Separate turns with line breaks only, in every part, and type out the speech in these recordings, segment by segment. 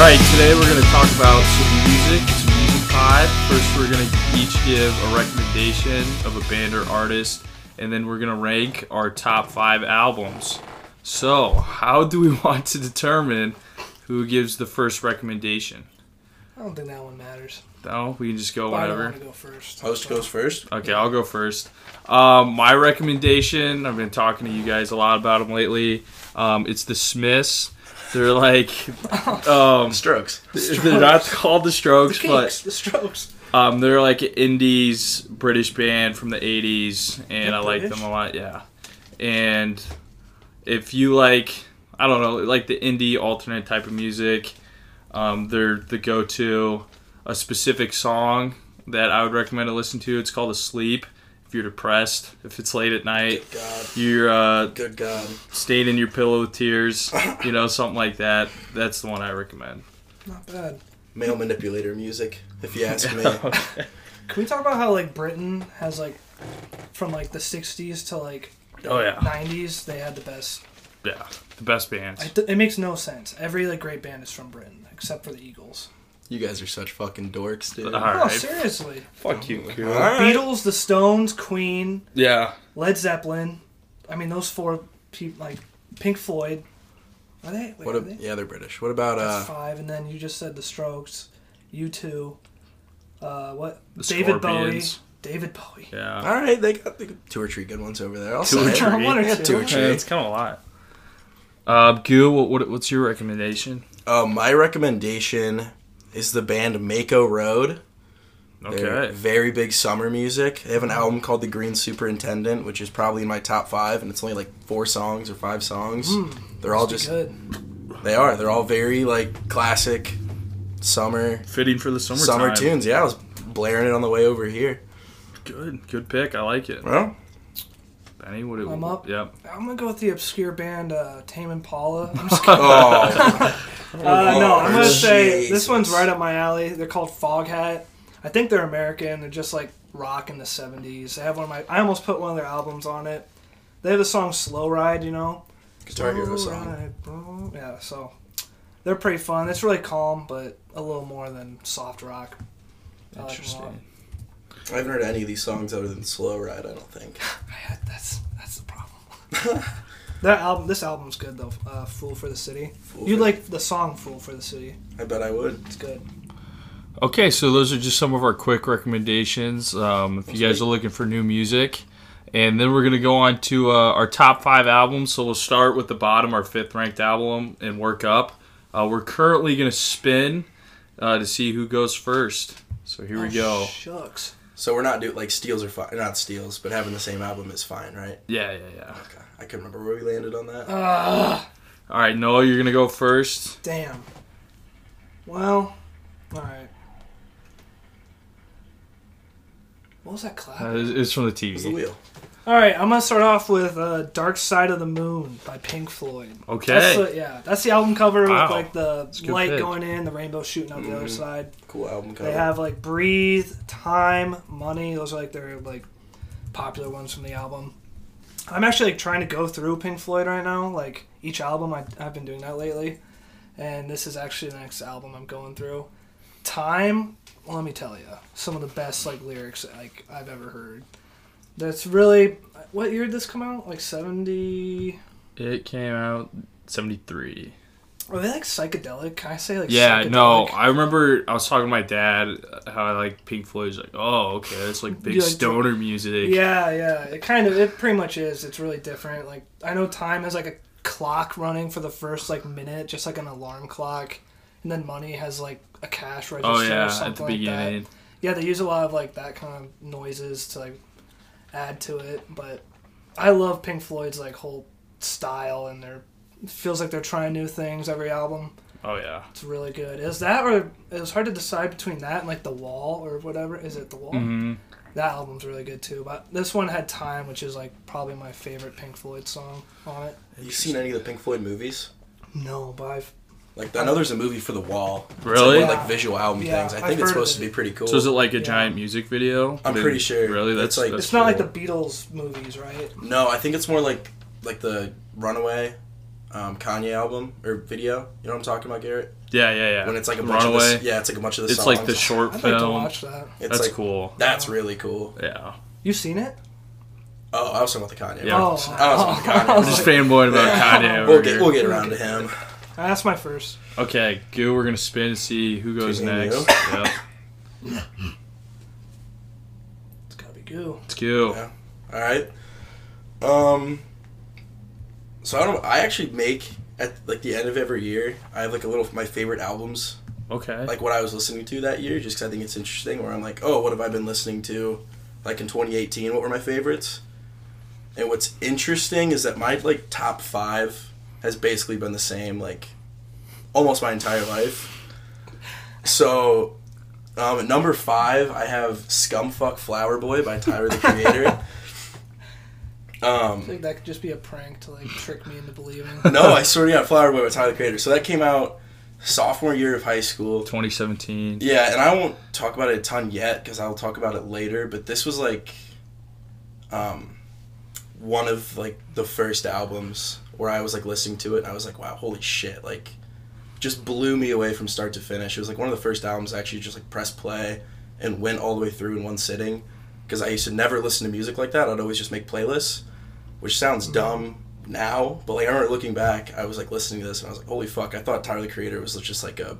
right, today we're going to talk about some music, some music pod. First, we're going to each give a recommendation of a band or artist, and then we're going to rank our top five albums. So, how do we want to determine who gives the first recommendation?
I don't think that one matters.
No, we can just go
But I don't
whatever.
want to go first.
Host goes first.
Okay, I'll go first. Um, my recommendation, I've been talking to you guys a lot about them lately. Um, it's the Smiths. They're like, um,
Strokes.
they're not called the
The
Strokes,
Kinks,
but
the Strokes.
um, they're like an indies British band from the 80s, and
They're
I like
British?
them a lot, yeah. And if you like, I don't know, like the indie alternate type of music, um, they're the go to. A specific song that I would recommend to listen to, it's called Asleep. If you're depressed, if it's late at night,
Good God.
you're uh,
Good God.
stayed in your pillow with tears, you know, something like that. That's the one I recommend.
Not bad.
Male manipulator music, if you ask me.
Oh, Can we talk about how like Britain has like from like the '60s to like
Oh yeah,
'90s? They had the best.
yeah, the best bands.
I th- it makes no sense. Every like great band is from Britain except for the Eagles.
you guys are such fucking dorks, dude.
All
no,
right.
seriously.
Fuck you.
All right.
Beatles, the Stones, Queen,
Yeah,
Led Zeppelin. I mean, those four people like Pink Floyd. Are they? Wait,
What
are
a,
they?
yeah, they're British. What about
That's
uh,
five, and then you just said the Strokes, you two, uh, what?
The
David
Scorpions.
Bowie. David Bowie.
yeah.
All right, they got, they got two or three good ones over there. I'll
Two
say
or
it.
three.
One or
Yeah,
two.
two or
Yeah, it's kind of a lot. Uh, Goo, what, what what's your recommendation?
Uh, my recommendation is the band Mako Road. They're
Okay.
very big summer music. They have an album called The Green Superintendent, which is probably in my top five, and it's only like four songs or five songs.
Hmm.
They're all just
Good.
they are. They're all very like classic summer
Fitting for the summertime.
summer tunes. Yeah, I was blaring it on the way over here.
Good, good pick. I like it.
Well,
Benny, what? it-
I'm up.
Yep.
I'm gonna go with the obscure band uh, Tame Impala. I'm just kidding.
oh,
uh, no, I'm gonna say this
Jesus.
one's right up my alley. They're called Foghat. I think they're American. They're just like rock in the '70s. They have one of my. I almost put one of their albums on it. They have the song "Slow Ride." You know.
Guitar Hero
Slow
song.
Ride, bro. Yeah. So they're pretty fun. It's really calm, but a little more than soft rock. I like them a lot.
Interesting.
I haven't heard any of these songs other than Slow Ride. I don't think.
Yeah, That's that's the problem. that album, this album's good though. Uh, "Fool for the City."
Fool
you
for-
like the song "Fool for the City"?
I bet I would.
It's good.
Okay, so those are just some of our quick recommendations. Um, if you guys are looking for new music, and then we're gonna go on to uh, our top five albums. So we'll start with the bottom, our fifth ranked album, and work up. Uh, we're currently gonna spin uh, to see who goes first. So here we
Oh,
go.
Shucks.
So we're not doing like steals are fine. Not steals, but having the same album is fine, right?
Yeah, yeah, yeah.
Okay. I can remember where we landed on that.
Ah,
All right, Noah, you're gonna go first.
damn. Well, all right. What was that clap?
Uh, it's it's from the
It was the
TV.
wheel.
all right, I'm gonna start off with uh, "Dark Side of the Moon" by Pink Floyd. That's
Okay.
the, yeah, that's the album cover
Wow.
with like
a
the
good
light
pick. Mm-hmm.
going in, the rainbow shooting out the other
Mhm.
side.
Cool album cover.
They have like breathe, time, money. Those are like their like popular ones from the album. I'm actually like trying to go through Pink Floyd right now. Like each album, I, I've been doing that lately, and this is actually the next album I'm going through. Time, let me tell you, some of the best like lyrics like I've ever heard. That's really what year did this come out? Like seventy?
It came out '73.
Are they like psychedelic? Can I say like
Yeah, no,
psychedelic?
I remember I was talking to my dad uh, how I like Pink Floyd's like, oh, okay, that's like big
You like-
stoner music.
Yeah, yeah. It kind of, it pretty much is. It's really different. Like, I know time has like a clock running for the first like minute, just like an alarm clock. And then money has like a cash register
Oh
or
yeah,
something
at the
like that.
beginning.
Yeah, they use a lot of like that kind of noises to like add to it. But I love Pink Floyd's like whole style and their, it feels like they're trying new things every album.
Oh yeah.
It's really good. Is that or it was hard to decide between that and like The Wall or whatever. Is it The Wall?
hmm
That album's really good too, but this one had "Time," which is like probably my favorite Pink Floyd song on it.
Have you seen any of the Pink Floyd movies?
No, but I've,
Like I know there's a movie for The Wall. It's like
Really?
one of, like visual album
Yeah,
things. I
I've
think
heard
it's supposed
of
to be
it.
pretty cool.
So is it like a
Yeah.
giant music video?
I'm
Did-
pretty sure.
Really? That's
It's like-
that's
it's not like
cool.
the Beatles movies, right?
no, I think it's more like like the Runaway um, Kanye album or video. You know what I'm talking about, Garrett?
Yeah, yeah, yeah.
When it's like a bunch
runaway.
of the, yeah, it's like a bunch of the
it's
songs.
like the short
I'd like to
film.
watch that.
It's
That's
like,
cool.
That's really cool.
Yeah.
You seen it?
Oh, I was talking about the Kanye.
Yeah.
Oh,
I was on Kanye.
I
I'm
was
just
like-
fanboying about Kanye.
We'll
over
get
here.
we'll get around to him.
Uh, that's my first.
Okay, goo. We're gonna spin and see who goes
Choosing
next.
you.
Yep.
It's gotta be goo.
It's goo.
Yeah. All right. Um. So I don't. I actually make at like the end of every year. I have like a little my favorite albums,
Okay.
like what I was listening to that year, just 'cause I think it's interesting. Where I'm like, oh, what have I been listening to? Like in 2018, what were my favorites? And what's interesting is that my like top five has basically been the same like almost my entire life. So. Um, at number five, I have "Scumfuck Flower Boy" by Tyler the Creator.
I
Um,
think that could just be a prank to like trick me into believing.
no, I swear to God, Flower Boy by Tyler the Creator. So that came out sophomore year of high school.
2017.
Yeah, and I won't talk about it a ton yet because I'll talk about it later. But this was like, um, one of like the first albums where I was like listening to it and I was like, wow, holy shit! Like, just blew me away from start to finish. It was like one of the first albums I actually just like pressed play and went all the way through in one sitting because I used to never listen to music like that. I'd always just make playlists, which sounds dumb now, but like I remember looking back, I was like listening to this and I was like, holy fuck! I thought Tyler the Creator was just like a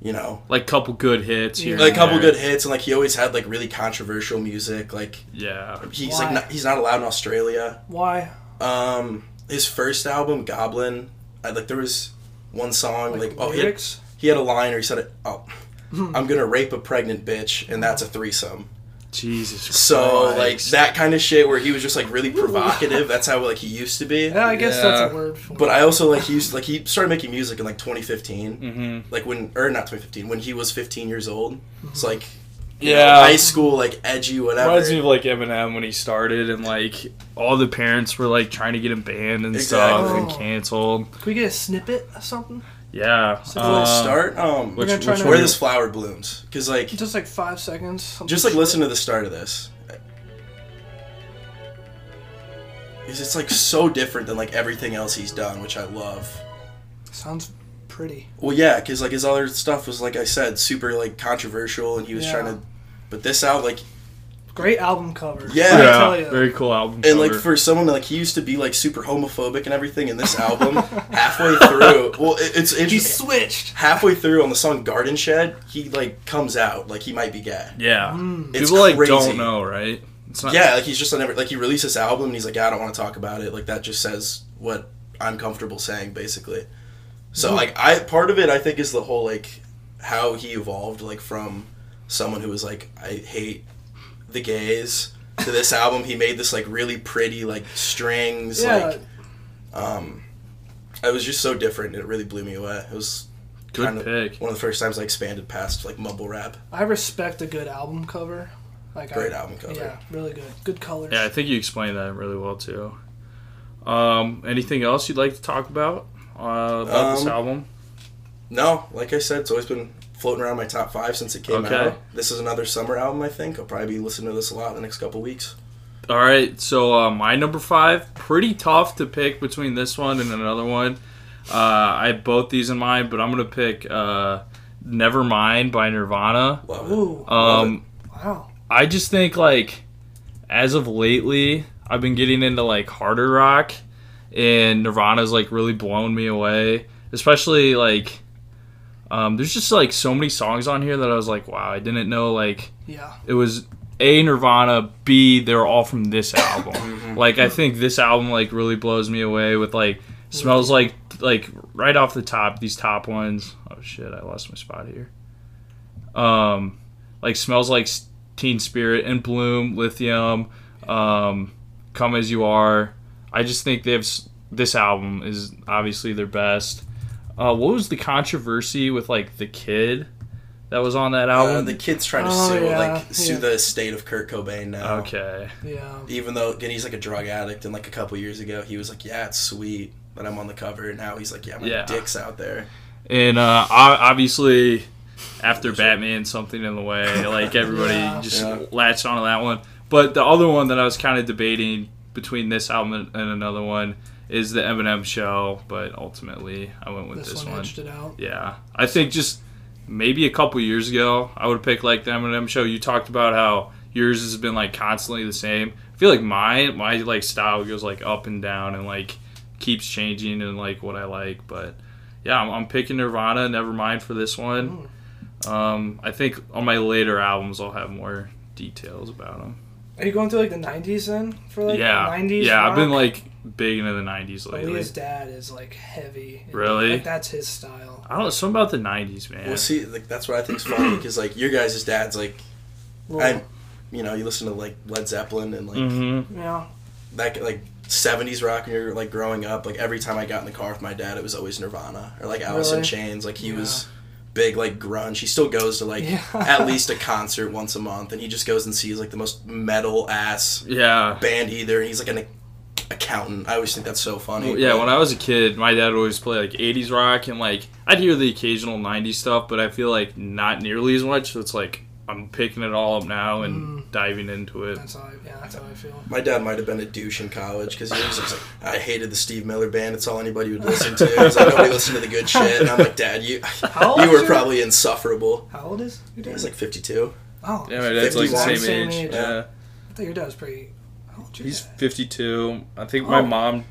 you know,
Like couple good hits here.
like a
and
couple
there.
good hits, and like he always had like really controversial music. Like
Yeah.
he's
Why?
like not, he's not allowed in Australia.
Why?
Um, his first album, Goblin, I, like there was one song like,
Like,
oh he had,
lyrics?
he had a line where he said oh I'm gonna rape a pregnant bitch and that's a threesome.
Jesus.
So like
Christ.
that kind of shit where he was just like really provocative. that's how like he used to be.
Yeah, I guess that's
Yeah.
a word for
But
it.
I also like he used like he started making music in like 2015,
Mhm.
like when or not 2015 when he was 15 years old. It's like
Yeah.
high school like edgy whatever.
Reminds me of like Eminem when he started, and like all the parents were like trying to get him banned and stuff
Exactly.
and canceled.
Can we get a snippet of something?
Yeah.
So
uh,
Let's start um
Which,
gonna try
which
to-
where
one-
this flower blooms because like
Just like five seconds. something
just like
short.
listen to the start of this because it's like so different than like everything else he's done which i love
Sounds pretty.
well yeah because like his other stuff was like i said super like controversial and he was
Yeah.
trying to but this out like
Great album cover.
Yeah.
I tell
yeah,
you.
very cool album.
and like
cover.
for someone like he used to be like super homophobic and everything in this album halfway through well it, it's
he
interesting
switched.
halfway through on the song garden shed he like comes out like he might be gay
yeah,
Mm. Hmm.
It's
people like
crazy.
don't know, right? It's not.
yeah, like he's just on every like he released this album and he's like, I don't want to talk about it. Like that just says what I'm comfortable saying, basically.
Hmm.
So like I part of it I think is the whole like how he evolved like from someone who was like I hate the gays to this album he made this like really pretty like strings
Yeah,
like um I was just so different and it really blew me away. It was
Good
kind of
pick.
one of the first times I expanded past like mumble rap.
I respect a good album cover. Like
Great
I,
album cover.
Yeah, really good. Good colors.
Yeah, I think you explained that really well too. Um, anything else you'd like to talk about uh, about this
Um,
album?
No, like I said, it's always been floating around my top five since it came
Okay.
out. This is another summer album, I think. I'll probably be listening to this a lot in the next couple weeks.
All right, so uh, my number five, pretty tough to pick between this one and another one. Uh, I have both these in mind, but I'm gonna pick uh, "Nevermind" by Nirvana.
Love it.
Ooh,
Love
Um,
wow.
I just think like as of lately, I've been getting into like harder rock, and Nirvana's like really blown me away. Especially like um, there's just like so many songs on here that I was like, wow, I didn't know like
Yeah.
it was a Nirvana, B they're all from this album. like I think this album like really blows me away with like smells like like right off the top these top ones. Oh shit, I lost my spot here. Um, like smells like S- Teen Spirit and Bloom, Lithium, um, Come as You Are. I just think they have s- this album is obviously their best. Uh, what was the controversy with like the kid that was on that
Uh,
album?
the kid's trying to
Oh,
sue,
yeah,
like sue
yeah.
the estate of Kurt Cobain now.
okay.
Yeah.
Even though again he's like a drug addict, and like a couple years ago he was like, "Yeah, it's sweet that I'm on the cover," and now he's like, "Yeah, my
Yeah.
dick's out there."
And uh, ob- obviously, after Batman, something in the way, like everybody
Yeah.
just
Yeah.
latched onto that one. But the other one that I was kind of debating between this album and and another one is the Eminem show, but ultimately I went with
This,
this,
one,
one.
edged it out.
Yeah, I think just maybe a couple years ago, I would have picked like the Eminem show. You talked about how yours has been like constantly the same. I feel like mine, my like style goes like up and down and like keeps changing and like what I like. But yeah, I'm, I'm picking Nirvana. Never mind for this one. Um, I think on my later albums, I'll have more details about them.
Are you going through like the '90s then for like
yeah,
'90s?
yeah, I've been
rock?
like big into the '90s lately.
Aaliyah's dad is like heavy.
Really?
Like, that's his style.
I don't know, something about the '90s, man.
Well, see, like that's what I think's funny because like your guys' dad's like
Well,
I, you know, you listen to like Led Zeppelin and like
hmm
yeah,
that like '70s rock. When you're like growing up, like every time I got in the car with my dad, it was always Nirvana or like Alice in
Really?
Chains. Like he was
Yeah.
big like grunge. He still goes to like
Yeah.
at least a concert once a month, and he just goes and sees like the most metal ass
Yeah.
band either. And he's like an ac- accountant. I always think that's so funny.
Well, yeah,
but-
when I was a kid, my dad would always play like 80s rock and like I'd hear the occasional 90s stuff, but I feel like not nearly as much. So it's like I'm picking it all up now and
Hmm.
diving into it.
that's how I, yeah, that's how I feel.
My dad might have been a douche in college because he was just like, I hated the Steve Miller band. It's all anybody would listen to. He's like, nobody listened to the good shit. And I'm like, Dad, you
How old
you
is
were
your-
probably insufferable.
How old is your
He
dad?
was like 52.
oh,
Yeah, my dad's like the
51.
same,
Same
age.
age.
Yeah,
I thought your dad was pretty. How old your
he's
dad?
52. I think my
Oh.
mom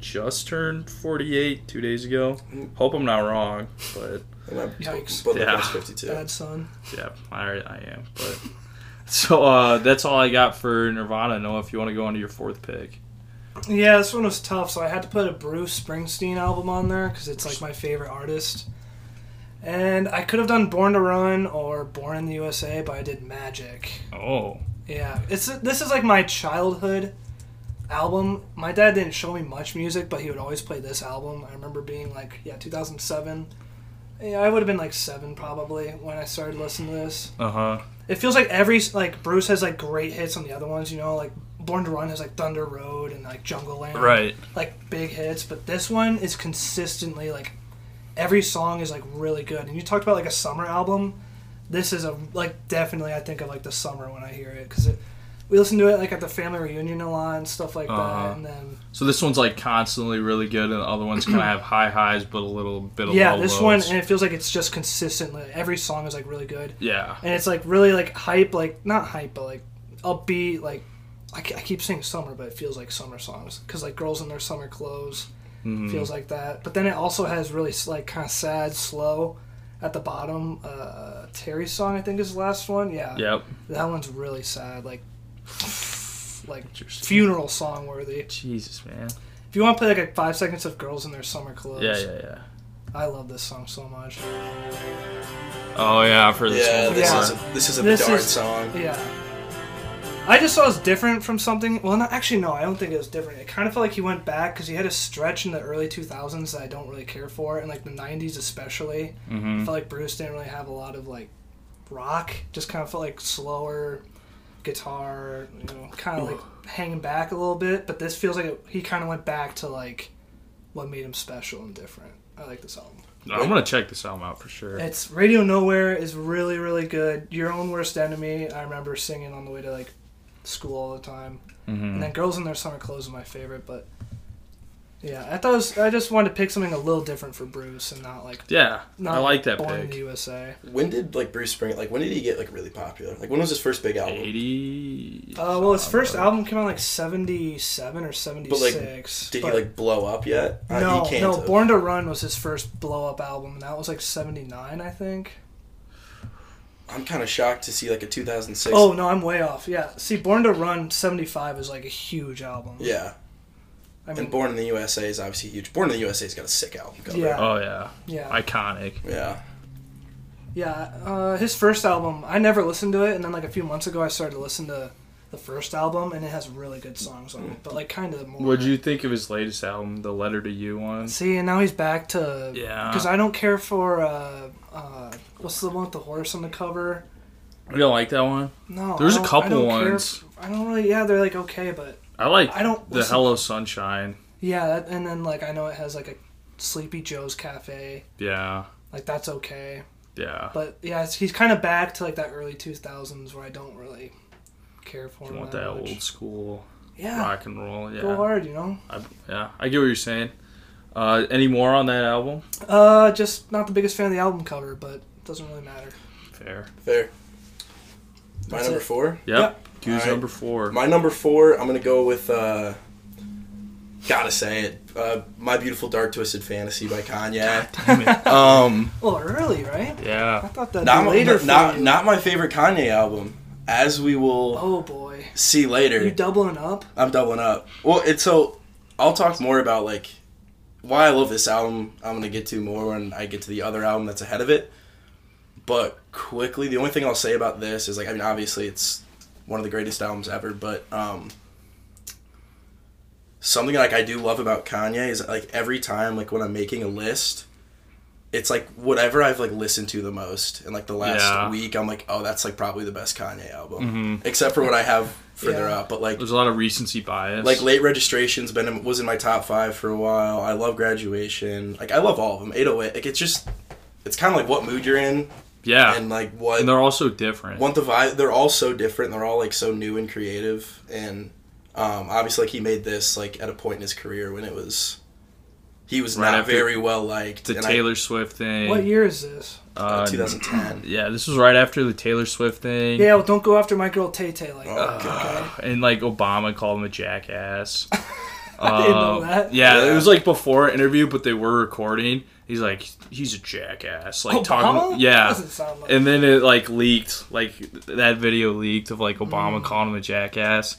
just turned 48 two days ago. Hope I'm not wrong, but
And my
Yikes. Uh,
But
Yeah.
yeah. 52.
Bad son.
yeah, I, I am. But so uh, that's all I got for Nirvana. Noah, if you want to go on to your fourth pick,
Yeah, this one was tough, so I had to put a Bruce Springsteen album on there because it's like my favorite artist. And I could have done Born to Run or Born in the USA, but I did Magic.
oh,
Yeah, it's this is like my childhood album. My dad didn't show me much music, but he would always play this album. I remember being like, yeah, 2007. Yeah, I would have been like seven probably when I started listening to this.
uh huh,
It feels like every like Bruce has like great hits on the other ones, you know, like Born to Run has like Thunder Road and like Jungle Land,
right.
Like big hits, but this one is consistently like every song is like really good. And you talked about like a summer album. This is a like definitely I think of like the summer when I hear it because it, we listen to it like at the family reunion a lot and stuff like
Uh-huh.
that. And then
So this one's like constantly really good, and the other ones kind of have high highs but a little bit of
yeah,
low
this
lows.
one and it feels like it's just consistently every song is like really good.
yeah,
and it's like really like hype, like not hype, but like upbeat, like I, ke- I keep saying summer, but it feels like summer songs because like girls in their summer clothes
Mm-hmm. Mm.
feels like that. But then it also has really s- like kind of sad, slow at the bottom. Uh, Terry's song, I think, is the last one. Yeah,
yep.
that one's really sad, like like
Interesting.
funeral song worthy.
Jesus, man.
If you want to play like a five seconds of girls in their summer clothes,
Yeah, yeah, yeah.
I love this song so much.
Oh yeah, I've heard this
Yeah,
one
this
Yeah.
before.
is a, this is a
This
dark
is-
song.
Yeah. I just saw it was different from something. Well, not, actually, no, I don't think it was different. It kind of felt like he went back because he had a stretch in the early 2000s that I don't really care for, and like the 90s especially.
Mm-hmm.
I felt like Bruce didn't really have a lot of like rock. Just kind of felt like slower guitar, you know, kind of like hanging back a little bit. But this feels like it, he kind of went back to like what made him special and different. I like this album.
I'm gonna check this album out for sure.
It's Radio Nowhere is really really good. Your own worst enemy. I remember singing on the way to like school all the time.
Mm-hmm. Mm.
And then Girls in Their Summer Clothes is my favorite, but yeah, I thought it was, I just wanted to pick something a little different for Bruce and not like
yeah,
not
I like that
Born in the
pick.
USA.
When did like Bruce Spring like when did he get like really popular? Like when was his first big album?
Eighty.
Uh, well, his first album came out like seventy seven or seventy six.
Did he like blow up yet? Uh,
no,
he can't
no.
have.
Born to Run was his first blow up album, and that was like seventy nine, I think.
I'm kind of shocked to see like a 2006.
Oh no, I'm way off. Yeah, see, Born to Run seventy five is like a huge album.
Yeah,
I mean,
and Born in the USA is obviously huge. Born in the USA's got a sick album cover.
Yeah.
Oh yeah,
yeah,
iconic.
Yeah.
Yeah, uh, his first album, I never listened to it, and then like a few months ago, I started to listen to the first album, and it has really good songs on it, but like kind of more.
What'd you think of his latest album, the Letter to You one?
see? And now he's back to
Yeah.
because I don't care for uh, uh, what's the one with the horse on the cover?
You don't like that one?
No,
There's
I
a
don't-
couple
I don't
ones.
Care, I don't really. Yeah, they're like okay, but
I like.
I don't
the
listen-
Hello Sunshine.
yeah, that, and then like I know it has like a Sleepy Joe's Cafe,
Yeah,
like that's okay,
yeah.
but yeah, it's, he's kind of back to like that early two thousands where I don't really care for
I
him.
want
that
that
much.
old school
Yeah,
rock and roll. Yeah,
go hard, you know.
I, yeah, I get what you're saying. Uh, any more on that album?
Uh, just not the biggest fan of the album cover, but it doesn't really matter.
Fair.
There. My
That's
number
it.
four.
Yep.
Yep.
Goose
Alright.
number four.
My number four. I'm gonna go with. uh Gotta say it. Uh, My beautiful dark twisted fantasy by Kanye.
Damn it.
Um,
A little early, Oh, right? I
yeah.
thought that'd
not
be
my-
later. for
not
you.
not my favorite Kanye album, as we will
Oh boy,
see later.
you doubling up?
I'm doubling up. Well, it's so I'll talk more about like why I love this album. I'm gonna get to more when I get to the other album that's ahead of it. But quickly, the only thing I'll say about this is like I mean, obviously it's one of the greatest albums ever. But um, something like I do love about Kanye is like every time like when I'm making a list. It's like whatever I've like listened to the most in like the last
Yeah.
week. I'm like, oh, that's like probably the best Kanye album,
Mhm.
except for what I have further
Yeah.
up. But like,
There's a lot of recency bias.
like late registration's been in, was in my top five for a while. I love graduation. Like I love all of them. 808. Like it's just it's kind of like what mood you're in
yeah. And,
and like what
they're also different.
want the vibe. They're all so different. They're all like so new and creative. And um, obviously, like he made this like at a point in his career when it was he was
Right
not
after
very well liked.
the
and I-
Taylor Swift thing.
What year is this?
uh,
Uh,
2010.
yeah, this was right after the Taylor Swift thing.
Yeah, well, don't go after my girl Tay Tay like
Oh,
that.
God.
Okay.
And like Obama called him a jackass.
I didn't know
Uh,
that.
Yeah,
Yeah.
it was like before an interview, but they were recording. He's like, he's a jackass. Like
Obama?
talking, yeah.
Oh, Doesn't sound like.
and then it like leaked like that video leaked of like obama calling him a jackass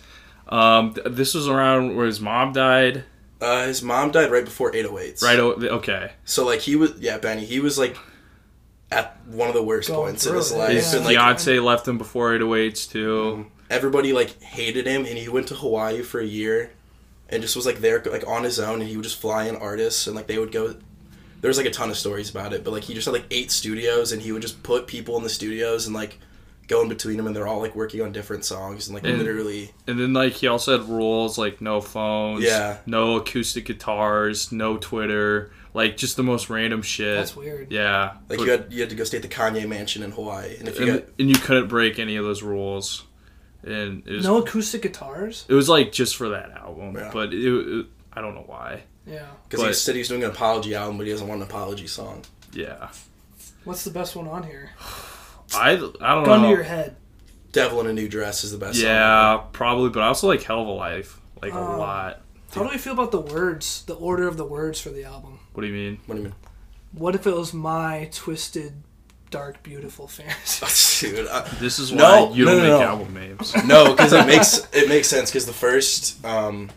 um th- this was around where his mom died
Uh, his mom died right before 808s.
right o- okay
So like he was yeah Benny. He was like at one of the worst
Going
points in
through
his
it,
life.
yeah.
And, like, Mm-hmm.
Beyonce left him before 808s too
everybody like hated him and he went to hawaii for a year and just was like there like on his own and he would just fly in artists and like they would go there's like a ton of stories about it but like he just had like eight studios and he would just put people in the studios and like go in between them and they're all like working on different songs and like
And-
literally
and then like he also had rules like no phones
Yeah.
no acoustic guitars no twitter like just the most random shit
That's weird.
yeah But-
like you had you had to go stay at the kanye mansion in hawaii and if you
and,
got
and you couldn't break any of those rules and it was,
No acoustic guitars.
it was like just for that album
Yeah.
but it, it i don't know why
Yeah.
because he
but-
said he was doing an apology album but he doesn't want an apology song
yeah
What's the best one on here?
i i don't
Gun
know
to your head.
devil in a new dress is the best song
Yeah, probably, but I also like Hell of a Life, like a
Oh.
lot.
How do we feel about the words? The order of the words for the album.
What do you mean?
what do you mean
What if it was my twisted, dark, beautiful fantasy?
dude I-
This is why
No,
you
no,
don't
no,
make
no.
album names.
no because it makes it makes sense because the first um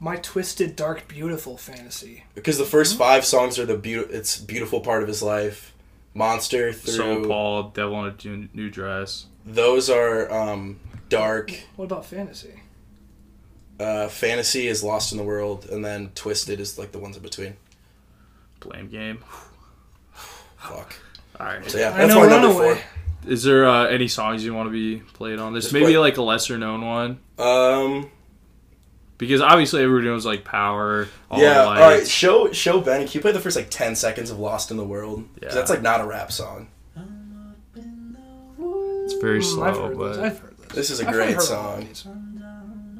My twisted, dark, beautiful fantasy.
because the first
Mm-hmm.
five songs are the beautiful it's beautiful part of his life monster through
Soul Paul, Devil in a Ju- New Dress.
those are um dark
What about fantasy?
uh fantasy is lost in the world and then twisted is like the ones in between
Blame Game.
fuck
All right.
so yeah
I
that's
know
my number
Runaway.
Is there uh, any songs you want to be played on this?
Just
Maybe
play-
like a lesser known one,
four um
because obviously everybody knows like Power. All
yeah
yeah.
all right show show ben can you play the first like 10 seconds of lost in the world 'Cause
Yeah.
that's like not a rap song
It's very
Mm, I've
slow,
heard those.
but
I've heard those.
this is a
I've heard
great
all of
song
these.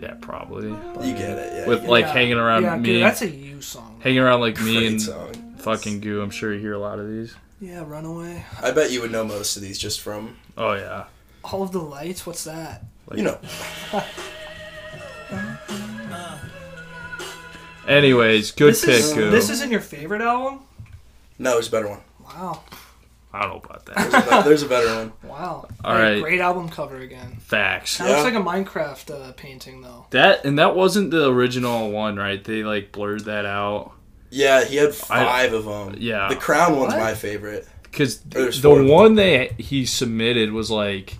yeah, probably
you get it yeah
with
you get
like
Yeah.
hanging around
yeah,
me,
Dude, that's a you song.
hanging around like
it.
me
Great
and
song.
fucking Goo. I'm sure you hear a lot of these.
Yeah, Runaway.
I bet you would know most of these just from
Oh yeah.
All of the lights. What's that?
you know.
Anyways, good
this
pick,
is
Goo.
this isn't your favorite album?
No, there's a better one.
Wow,
I don't know about that.
There's a better, there's a better one.
wow.
All
Hey,
right.
Great album cover again.
Facts.
That
Yeah.
looks like a Minecraft uh, painting though.
That and that wasn't the original one, right? They like blurred that out
Yeah, he had five of 'em. of them.
yeah.
the crown one's
What?
my favorite.
because
There's
the
four.
one that he submitted was like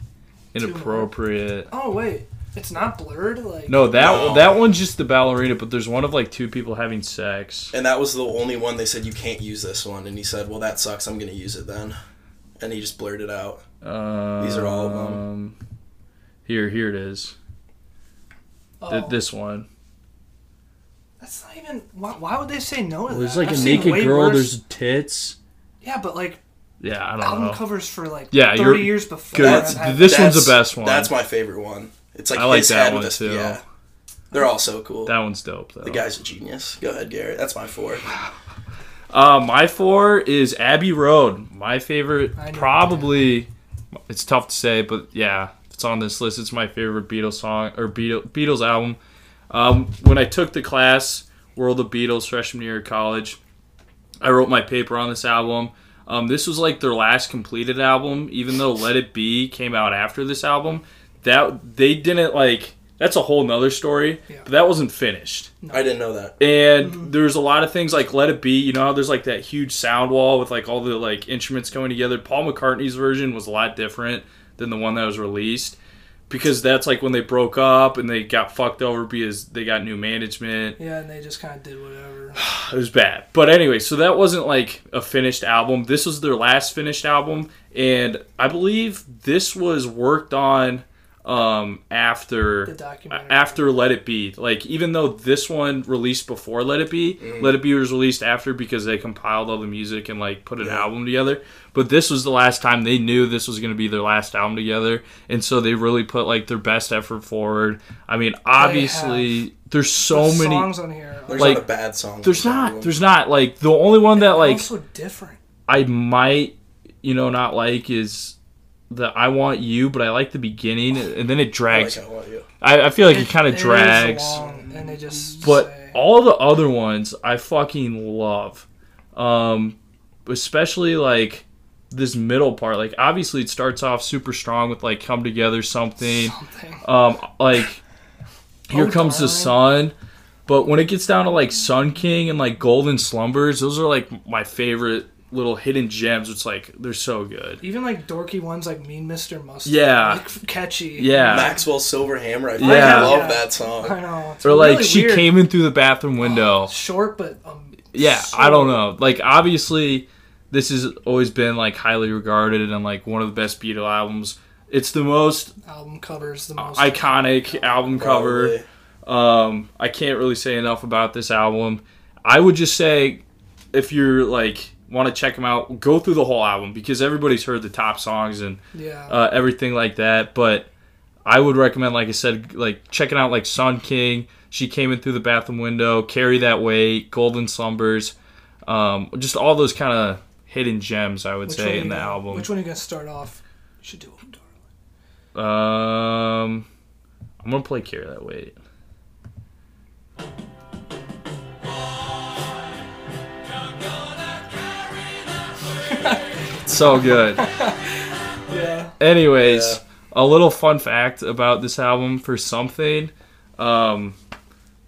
more.
inappropriate.
Oh wait, it's not blurred. Like
No, that
No.
that one's just the ballerina, but there's one of like two people having sex.
And that was the only one they said you can't use this one. And he said, "Well, that sucks. I'm gonna use it then." And he just blurted out.
Um,
are all of 'em.
them. Um, Here, here it is.
oh,
Th- this one.
That's not even. Why, why would they say no to that?
there's like
I've
a
seen
naked
way
girl.
worse-
There's tits.
yeah, but like
Yeah, I don't
album
know.
covers for like
Yeah, you're-
thirty years before.
good.
I've had-
This one's the best one.
That's my favorite one. It's like
I like
his
that
head
one
with a
too.
yeah. They're all so cool.
That one's dope though.
the guy's a genius. Go ahead, Garrett. That's my four.
Uh, my four is Abbey Road. My favorite,
I know.
probably. It's tough to say, but yeah, it's on this list. It's my favorite Beatles song or Beatles, Beatles album. Um, when I took the class World of Beatles freshman year of college, I wrote my paper on this album. Um, this was like their last completed album, even though Let It Be came out after this album. That they didn't like. That's a whole nother story.
Yeah.
But that wasn't finished.
I didn't know that.
And there's a lot of things like Let It Be, you know how there's like that huge sound wall with like all the like instruments coming together. Paul McCartney's version was a lot different than the one that was released because that's like when they broke up and they got fucked over because they got new management.
Yeah, and they just kind of did whatever.
It was bad. But anyway, so that wasn't like a finished album. This was their last finished album and I believe this was worked on um after
The documentary.
after Let It Be. Like even though this one released before Let It Be, Let It Be was released after because they compiled all the music and like put an
Yeah.
album together. But this was the last time they knew this was going to be their last album together, and so they really put like their best effort forward. I mean, obviously there's so
The
many
songs on here. Are
There's
Like,
not a bad song.
there's
on this
not
album.
there's not like the only one that like
also different.
I might, you know, not like is the I want you, but I like the beginning, and then it
Oh, I like
drags.
I want you.
I, I feel like it kind
It
of
is
drags. Mm-hmm.
long, and they just
But
say-
all the other ones I fucking love. Um, especially like this middle part. Like obviously it starts off super strong with like come together something.
something.
Um, like here
Oh,
comes the sun. But when it gets down to like Sun King and like Golden Slumbers, those are like my favorite little hidden gems. It's like they're so good.
Even like dorky ones like Mean Mr. Mustard.
Yeah.
Like f- catchy.
Yeah.
Maxwell Silver Hammer. I
Yeah.
fucking love
Yeah.
that song.
I know. It's
Or like
really
she
weird.
came in through the bathroom window.
short, but um.
yeah
so-
i don't know like obviously this has always been like highly regarded and like one of the best beatle albums it's the most
Album covers the most.
iconic album cover
Probably.
um i can't really say enough about this album i would just say if you're like want to check them out go through the whole album because everybody's heard the top songs and
yeah.
uh, everything like that. But I would recommend, like I said, like checking out like Sun King. She came in through the bathroom window. Carry that weight. Golden slumbers. Um, just all those kind of hidden gems, I would
Which one
say,
you
in the
gonna-
album.
Which one are you gonna start off? You should do it.
Um, I'm gonna play carry that weight. so good.
Yeah.
Anyways,
Yeah.
a little fun fact about this album for something. Um,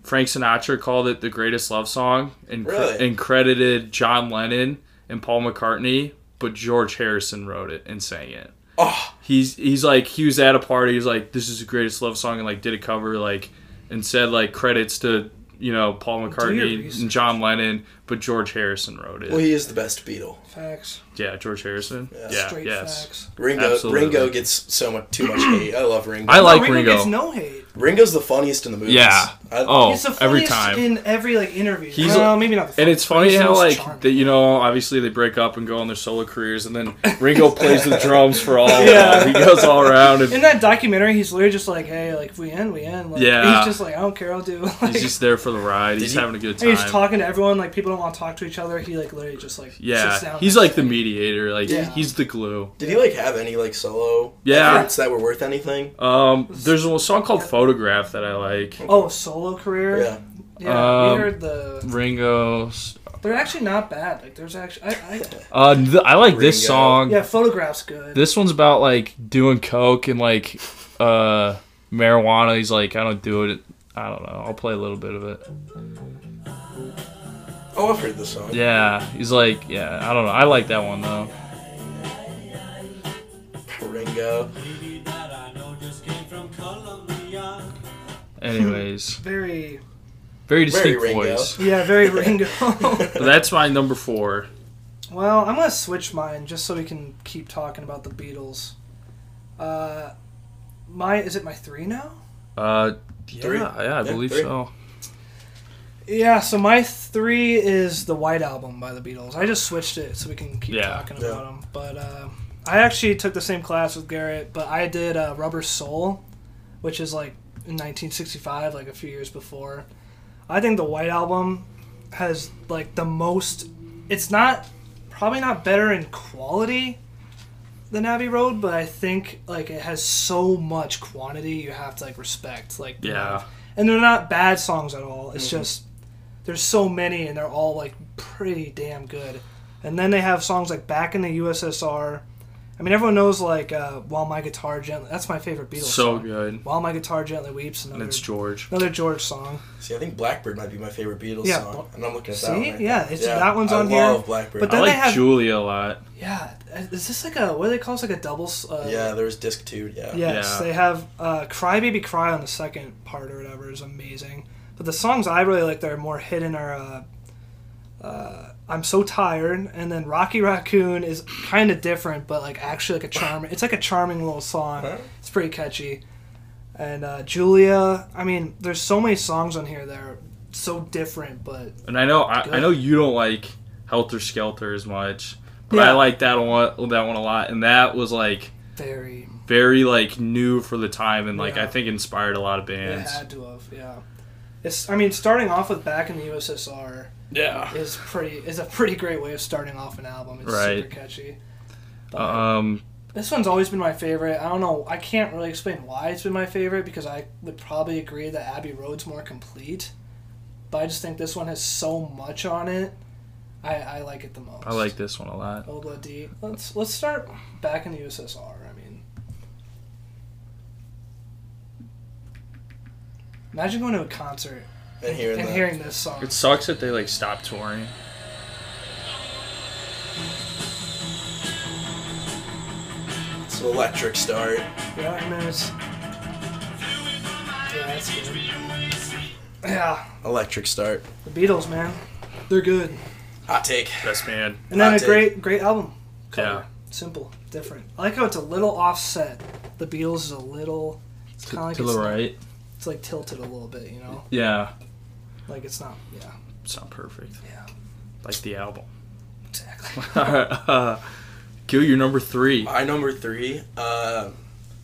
Frank Sinatra called it the greatest love song and, cre-
Really?
and credited John Lennon and Paul McCartney, but George Harrison wrote it and sang it.
Oh,
He's he's like he was at a party. He's like this is the greatest love song and like did a cover like and said like credits to you know Paul McCartney and
research.
John Lennon, but George Harrison wrote it.
well, he is the best Beatle.
Facts.
yeah, George Harrison. Yeah,
Straight
yes.
facts.
Ringo.
Absolutely.
Ringo gets so much too much hate. I love Ringo.
I like
No,
Ringo.
gets no hate.
Ringo's the funniest in the movies.
Yeah.
I,
Oh,
He's the
every
funniest
time.
in every like interview.
He's
well,
a-
maybe not. The
And
funniest,
it's
but
funny
he's the
how
most
like
charming.
that you know obviously they break up and go on their solo careers and then Ringo plays the drums for all
Yeah.
he goes all around
In
and
that documentary, he's literally just like, "Hey, like if we end, we end." Like,
Yeah.
He's just like, "I don't care, I'll do." Like,
he's just there for the ride he's
Did he-
having a good
and
time
he's talking to everyone. Like people don't want to talk to each other. He like literally just like sits
yeah
down
he's
next
like
to
the mediator like
Yeah.
he's the glue
Did he like have any like solo
Yeah.
efforts that were worth anything?
um there's a song called photograph that I like
Oh, solo career.
Yeah.
Yeah,
Um,
we heard the.
Ringo's
They're actually not bad. Like there's actually, I, I,
uh th- I like this
Ringo.
song
yeah, photographs good.
this one's about like doing coke and like uh marijuana he's like I don't do it I don't know I'll play a little bit of it
Oh, I've heard this song.
yeah he's like yeah I don't know I like that one though.
Ringo.
Lady that I know just came from Colombia.
Anyways,
very
very distinct
Very Ringo.
voice.
yeah, very Ringo.
But that's my number four.
well, I'm gonna switch mine just so we can keep talking about the Beatles. Uh, my is it my three now?
Uh, yeah,
Three.
yeah, I
Yeah,
believe
three.
so.
Yeah, so my three is the White Album by the Beatles. I just switched it so we can keep
Yeah.
talking
Yeah.
about them. But uh, I actually took the same class with Garrett, but I did uh, Rubber Soul, which is like in 1965, like a few years before. I think the White Album has like the most. It's not probably not better in quality than Abbey Road, but I think like it has so much quantity you have to like respect. Like the amount of-
Yeah.
and they're not bad songs at all.
Mm-hmm.
It's just there's so many and they're all like pretty damn good. And then they have songs like Back in the USSR. I mean, everyone knows like uh, While My Guitar Gently. That's my favorite Beatles
So
song.
good.
While My Guitar Gently Weeps. Another,
And it's George.
another George song.
See, I think Blackbird might be my favorite Beatles
Yeah,
song, and I'm looking at
see?
that one. Right
Yeah,
now.
it's- that one's on
I
here.
love Blackbird.
But
I
then they
like
have-
Julia a lot.
Yeah. Is this like a what do they call this? Like a double? s- Uh,
yeah, there was disc two. Yeah.
Yes,
Yeah.
they have uh, "Cry Baby Cry" on the second part or whatever is amazing. But the songs I really like that are more hidden are uh, uh, "I'm So Tired" and then "Rocky Raccoon" is kind of different, but like actually like a charm. It's like a charming little song.
Huh?
It's pretty catchy. And uh, Julia, I mean, there's so many songs on here that are so different, but
And I know I, I
Good.
know you don't like Helter Skelter as much, but I
Yeah.
like that one that one a lot. And that was like
very
very like new for the time and like
Yeah.
I think inspired a lot of
it
bands.
had to have yeah. It's I mean, starting off with "Back in the USSR."
Yeah.
is pretty is a pretty great way of starting off an album. It's
Right.
super catchy. But
Um
this one's always been my favorite. I don't know. I can't really explain why it's been my favorite because I would probably agree that Abbey Road's more complete, but I just think this one has so much on it. I, I like it the most.
I like this one a lot.
Old Blood D. Let's let's start back in the USSR. I mean, imagine going to a concert
And hearing
and
that.
hearing this song.
It sucks that they like stopped touring.
It's an electric start.
Yeah, I mean it's. Yeah, that's good. Yeah,
Electric start.
the Beatles, man, they're good.
Hot take.
Best man.
And then
Hot
a
take.
great, great album.
Yeah.
Cover. Simple, different. I like how it's a little offset. The Beatles is a little. It's kind of like
to
it's,
the right.
it's like tilted a little bit, you know.
Yeah.
Like it's not. Yeah,
It's not perfect.
Yeah.
Like the album.
exactly.
uh, Gil, you're number three.
My number three. Uh,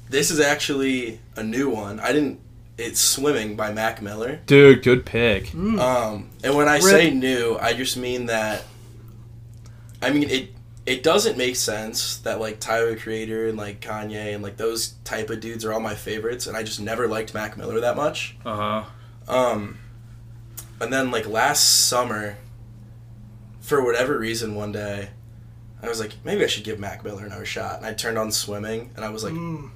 this is actually a new one. I didn't. It's Swimming by Mac Miller.
Dude, good pick.
Mm,
Um, and when I
Rip.
say new, I just mean that. I mean it. It doesn't make sense that like Tyler the Creator and like Kanye and like those type of dudes are all my favorites, and I just never liked Mac Miller that much.
Uh huh.
Um, and then like last summer, for whatever reason, one day, I was like, maybe I should give Mac Miller another shot, and I turned on Swimming, and I was like,
Mm,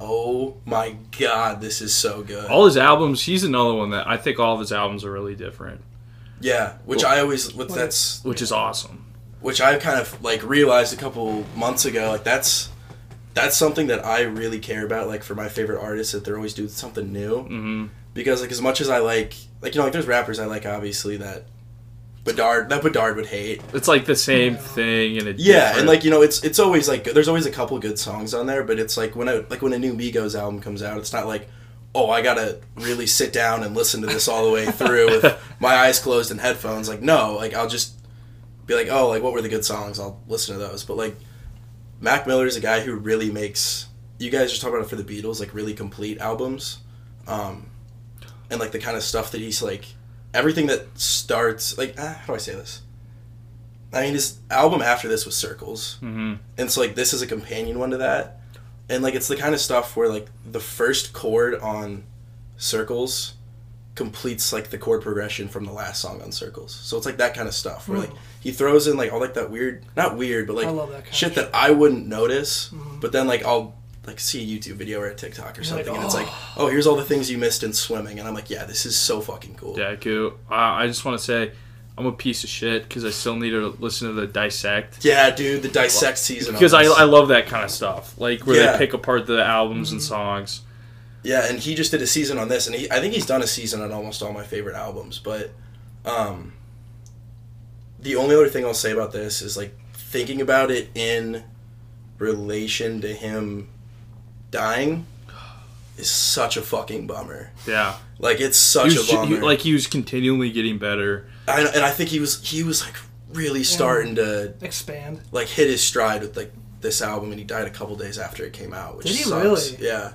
oh my god, this is so good.
All his albums, he's another one that I think all of his albums are really different,
Yeah, which
Well-
I always with
Well,
that's
which is awesome.
which I kind of like realized a couple months ago. Like that's that's something that I really care about. Like for my favorite artists, that they're always doing something new.
Mm-hmm.
Because like as much as I like, like you know, like there's rappers I like, obviously that Bedard that Bedard would hate.
It's like the same
Yeah.
thing, and it
Yeah, and like you know, it's it's always like there's always a couple good songs on there, but it's like when I like when a new Migos album comes out, it's not like. Oh, I gotta really sit down and listen to this all the way through with my eyes closed and headphones. Like, no, like I'll just be like, oh, like what were the good songs? I'll listen to those. But like, Mac Miller is a guy who really makes. You guys just talk about it for the Beatles, like really complete albums, um, and like the kind of stuff that he's like, everything that starts like ah, how do I say this? I mean, his album after this was Circles,
hmm
and so like this is a companion one to that, and like it's the kind of stuff where like the first chord on Circles completes like the chord progression from the last song on Circles. So it's like that kind of stuff where like he throws in like all like that weird, not weird, but like
Hmm. I love that kind
shit
of
that I wouldn't notice, but then like I'll like see a YouTube video or a TikTok or
You're like,
something, and it's like, oh, here's all the things you missed in swimming, and I'm like, yeah, this is so fucking cool.
yeah, cool. Uh, I just want to say, I'm a piece of shit because I still need to listen to the dissect
Yeah, dude, the dissect season. on
because I,
this.
I love that kind of stuff, like where
Yeah.
they pick apart the albums
Mm-hmm.
and songs.
Yeah, and he just did a season on this, and he, I think he's done a season on almost all my favorite albums. But um, the only other thing I'll say about this is like thinking about it in relation to him dying is such a fucking bummer.
Yeah,
Like it's
he
such
was
a
ju-
bummer.
he- like he was continually getting better.
I, and I think he was he was like really starting to
expand.
like hit his stride with like this album, and he died a couple days after it came out. Which
Did he
sucks.
really?
Yeah.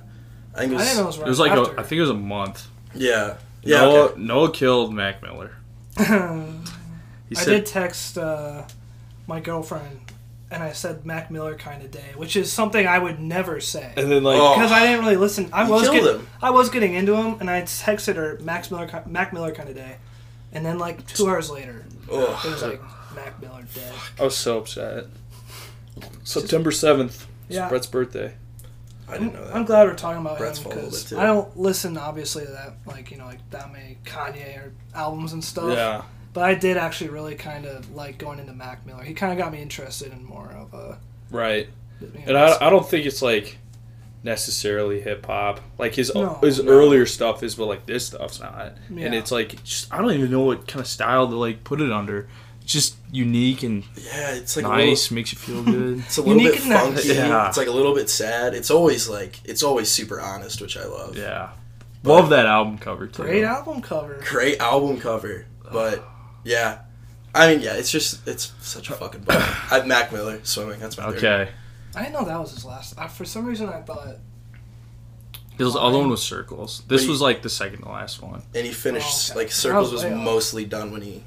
I think it was,
I didn't know it was right
It was like a,
after.
I think it was a month.
yeah, yeah.
Noah,
okay.
Noah killed Mac Miller. He
I
said,
did text uh, my girlfriend, and I said Mac Miller kind of day, which is something I would never say.
and then like
Oh.
because I didn't really listen. I
You
was
killed
getting,
him.
I was getting into him, and I texted her Max Miller, ki- Mac Miller kind of day, and then like two hours later,
Ugh.
it was like Mac Miller dead.
I was so upset. September seventh.
Yeah.
Brett's birthday.
I didn't know that.
I'm glad we're talking about
Brett's
him
full of it,
because
too.
I don't listen obviously to that like you know like that many Kanye or albums and stuff.
Yeah.
But I did actually really kind of like going into Mac Miller. He kind of got me interested in more of a.
Right.
you know,
And I, I don't think it's like necessarily hip hop. Like his
No,
his
no.
earlier stuff is, but like this stuff's not.
Yeah.
And it's like just I don't even know what kind of style to like put it under. It's just unique and
yeah, it's like A little,
nice, makes you feel good.
it's a little
Unique
bit
in that-
funky.
Yeah.
It's like a little bit sad. It's always like it's always super honest, which I love.
yeah. Love that album cover too.
great album cover.
Great album cover, but yeah, I mean yeah, it's just it's such a fucking. Bummer. I have Mac Miller swimming. That's my favorite.
Okay.
I didn't know that was his last. I, for some reason, I thought
His other one was Circles. This
Wait.
was like the second to last one.
And he finished
Oh, okay.
like Circles
Oh,
was
yeah.
mostly done when he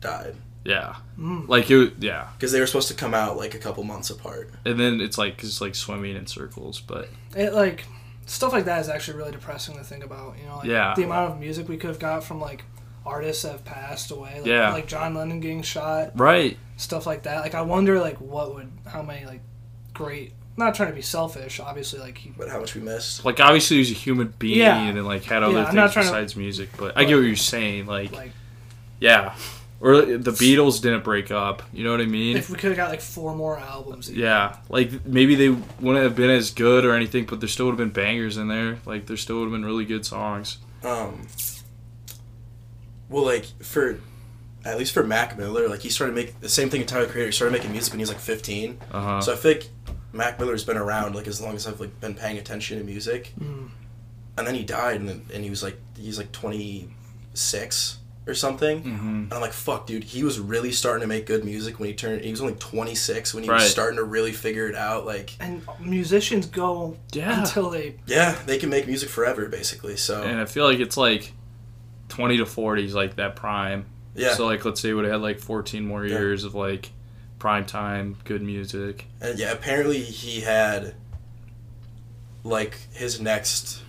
died
Yeah.
Mm.
Like it yeah.
because they were supposed to come out like a couple months apart.
And then it's like it's like swimming in circles, but
it like stuff like that is actually really depressing to think about. You know, like,
Yeah.
the amount of music we could have got from like artists that have passed away. Like,
Yeah.
like John Lennon getting shot,
right.
stuff like that. Like I wonder like what would how many like great. Not trying to be selfish, obviously. Like he,
But how much we missed.
Like obviously he was a human being
Yeah.
and then like had other
Yeah, I'm not
things
trying to-
besides music, but I get what you're saying. Like,
like
yeah, or the Beatles didn't break up. You know what I mean?
if we could have got like four more albums.
yeah, like maybe they wouldn't have been as good or anything, but there still would have been bangers in there. Like there still would have been really good songs.
Um. Well, like for. At least for Mac Miller, like he started making the same thing. Tyler Creator he started making music when he was like 15.
Uh huh.
So I feel like Mac Miller's been around like as long as I've like been paying attention to music,
Mm.
and then he died, and, and he was like he's like twenty six or something,
Mhm.
and I'm like fuck, dude, he was really starting to make good music when he turned. He was only twenty six when he
Right.
was starting to really figure it out. Like
And musicians go
Yeah.
until they
yeah, they can make music forever basically. So
And I feel like it's like twenty to forty is like that prime.
yeah,
So like let's say would have had like fourteen more
Yeah.
years of like prime time, good music.
and yeah. Apparently he had like his next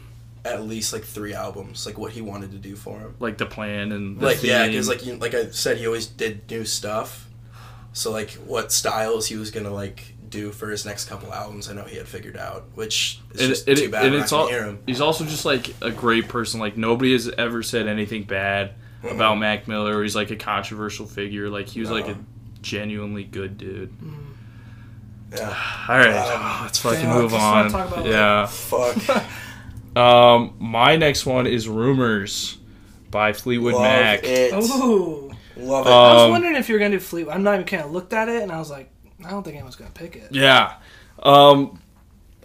at least like three albums, like what he wanted to do for him.
like the plan and the
like yeah
theme.
because like you, like i said he always did new stuff so like what styles he was gonna like do for his next couple albums i know he had figured out which is
And
just
it-
too bad
and
we're
it's
not gonna
all-
hear him
he's also just like a great person like nobody has ever said anything bad about mac miller he's like a controversial figure like he was like a
No.
genuinely good dude
Mm.
yeah.
all right
Um,
let's fucking
yeah,
move
let's not
on
talk about
yeah
fuck
um my next one is rumors by fleetwood
love
mac
it
Ooh.
love it
I was
Um,
wondering if you were gonna do Fleet. I'm not even kidding. I looked at it and I was like, I don't think anyone's gonna pick it.
yeah um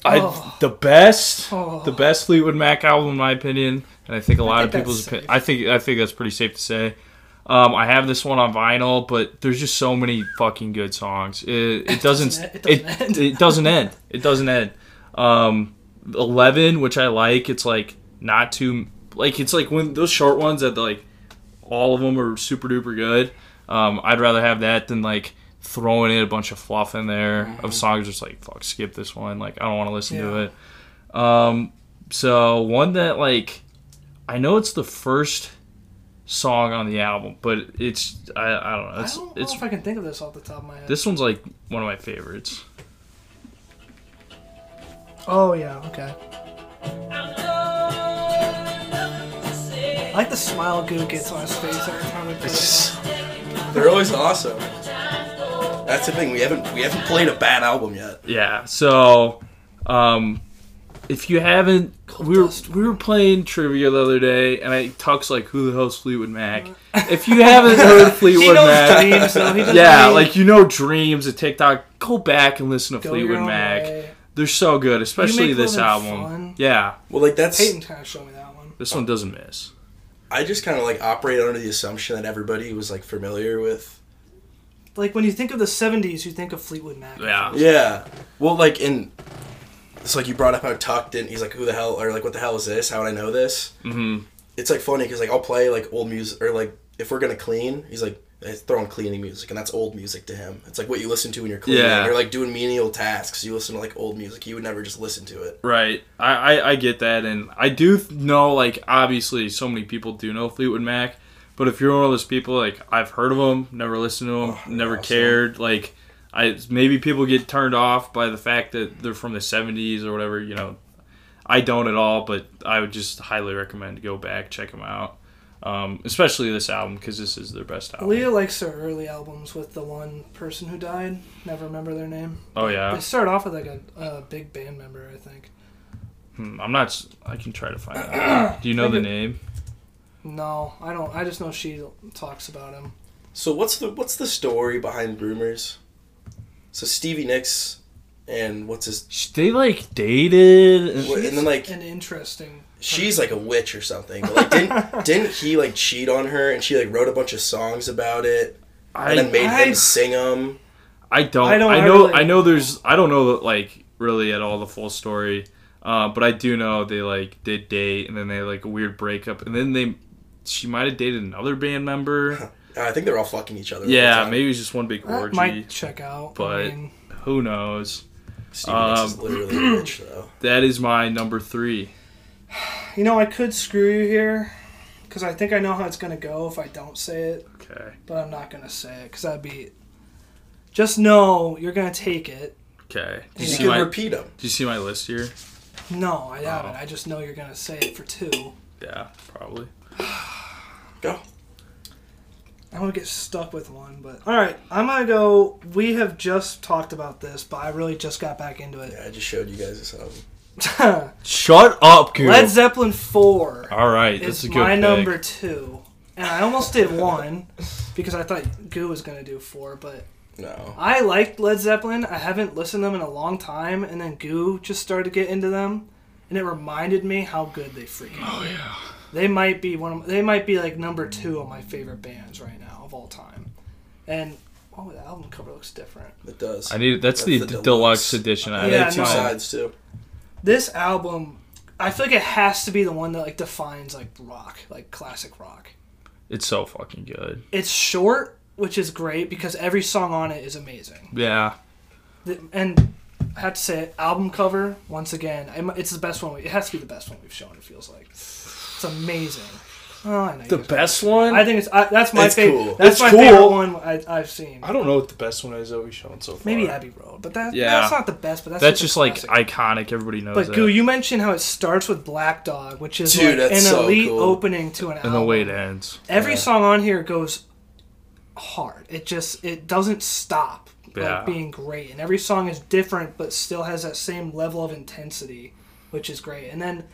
I,
Oh.
the best
Oh.
the best Fleetwood Mac album in my opinion, and I think a lot
think
of people's
that's
opinion. I think I think that's pretty safe to say. Um, I have this one on vinyl, but there's just so many fucking good songs. It, it doesn't
doesn't- it
it it
doesn't end.
doesn't end. It doesn't end. Um, Eleven, which I like, it's like not too like it's like when those short ones that like all of them are super duper good. Um, I'd rather have that than like throwing in a bunch of fluff in there of songs just like fuck skip this one like I don't want to listen to
Mm-hmm. Yeah.
it. Um, so one that like I know it's the first song on the album, but it's I, I don't know.
I
It's
don't know
it's
if I can think of this off the top of my head.
this one's like one of my favorites.
oh yeah, okay. I like the smile Goo gets on his face every time we play it.
Uh,
they're always awesome that's the thing we haven't we haven't played a bad album yet
Yeah. So um if you haven't we were,
Dust.
we were playing trivia the other day and I Tuck's like who the hell's Fleetwood Mac? If you haven't heard
He
Fleetwood
Uh. knows
Mac
dreams though. He doesn't
Yeah,
really
like you know dreams a TikTok, go back and listen to
go your
Fleetwood
own
Mac.
way.
They're so good, especially this
Living
album.
Fun.
Yeah.
well like that's
Peyton kind of showed me that one.
This one doesn't miss.
i just kind of like operate under the assumption that everybody was like familiar with
Like when you think of the '70s, you think of Fleetwood Mac.
Yeah.
Yeah. Well, like in so like you brought up how Tuck didn't. He's like, who the hell or like what the hell is this? How would I know this?
Mm-hmm.
It's like funny because like I'll play like old music or like if we're gonna clean, he's like "Eh, throw on cleaning music and that's old music to him. It's like what you listen to when you're cleaning
Yeah.
or like doing menial tasks. You listen to like old music. You would never just listen to it.
Right. I, I, I get that. And I do th- know, like, obviously, so many people do know Fleetwood Mac. But if you're one of those people, like, I've heard of them, never listened to them,
Oh,
never
awesome.
cared. Like, I maybe people get turned off by the fact that they're from the 70s or whatever, you know. I don't at all, but I would just highly recommend to go back, check them out. Um, especially this album, because this is their best album.
Leah likes her early albums with the one person who died. Never remember their name.
Oh, yeah.
They start off with like a, a big band member, I think.
Hmm, I'm not. s- I can try to find out. Do you know the name?
No, I don't. I just know she talks about him.
So what's the what's the story behind rumors? So Stevie Nicks and what's his
Sh- They, like, dated. and-
Wait, and then like
An interesting.
she's like a witch or something. But like didn't didn't he like cheat on her and she like wrote a bunch of songs about it
I,
and then made
I-
him sing um, them.
I don't. I,
I don't- I
know.
really-
I know. There's. I don't know. Like really at all the full story, uh, but I do know they like did date, and then they had, like a weird breakup, and then they. She might have dated another band member.
I think they're all fucking each other. the whole
yeah,
time.
maybe it was just one big
That
orgy.
might check out.
but-
I mean,
Who knows?
Stevie Nicks
um,
is literally a witch though.
That is my number three.
you know, I could screw you here because I think I know how it's gonna go if I don't say it,
Okay.
but I'm not gonna say it because I'd be. Just know you're gonna take it.
Okay. Did you,
You
see
can
my? Did
repeat them.
you see my list here?
No, I haven't.
Oh.
I just know you're gonna say it for two.
Yeah, probably.
Go.
I'm gonna get stuck with one, but all right, I'm gonna go. We have just talked about this, but I really just got back into it.
Yeah, I just showed you guys this album.
Shut up, Coop.
Led Zeppelin four
All right, that's
is
a good
my
pick.
number two, and I almost did one because I thought Goo was gonna do four, but
No.
I liked Led Zeppelin. I haven't listened to them in a long time, and then Goo just started to get into them, and it reminded me how good they freaking. Oh yeah. They might be one. Of, they might be like number two of my favorite bands right now of all time, and oh, the album cover looks different.
It does.
I need. That's,
That's
the,
the
d-
deluxe.
deluxe edition. I
And
Yeah,
they had two
no.
sides too.
This album, I feel like it has to be the one that like defines like rock, like classic rock.
It's so fucking good.
It's short, which is great because every song on it is amazing.
Yeah.
The- and I have to say, album cover once again, I'm- it's the best one. we- It has to be the best one we've shown. It feels like it's amazing. Oh, I know. you guys-
best one.
I think it's I, that's my
It's
favorite.
cool.
That's
It's
my
cool.
favorite one I, I've seen.
I don't know what the best one is that we've shown so far.
Maybe Abbey Road, but that,
Yeah.
that's not the best. But that's,
That's
just
just
a
like
classic.
iconic. Everybody knows
But
that.
Goo, you mentioned how it starts with Black Dog, which is
Dude,
like an
that's so
elite
cool.
opening to an album.
and the way it ends.
Every
Yeah.
song on here goes hard. It just it doesn't stop
Yeah.
like being great, and every song is different, but still has that same level of intensity, which is great. And then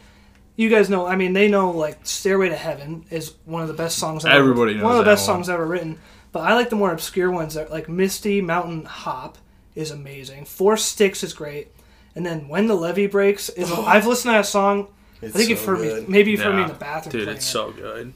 you guys know, I mean, they know like "Stairway to Heaven" is one of the best songs. Ever,
Everybody knows
one of the
that
best
one.
songs ever written. But I like the more obscure ones that like "Misty Mountain Hop" is amazing. Four Sticks is great, and then "When the Levee Breaks" is.
Oh.
I've listened to that song.
It's
I think
so
you've heard me.
good.
Maybe you've heard me in
Yeah.
the bathroom.
Dude,
playing
it's
it
so good.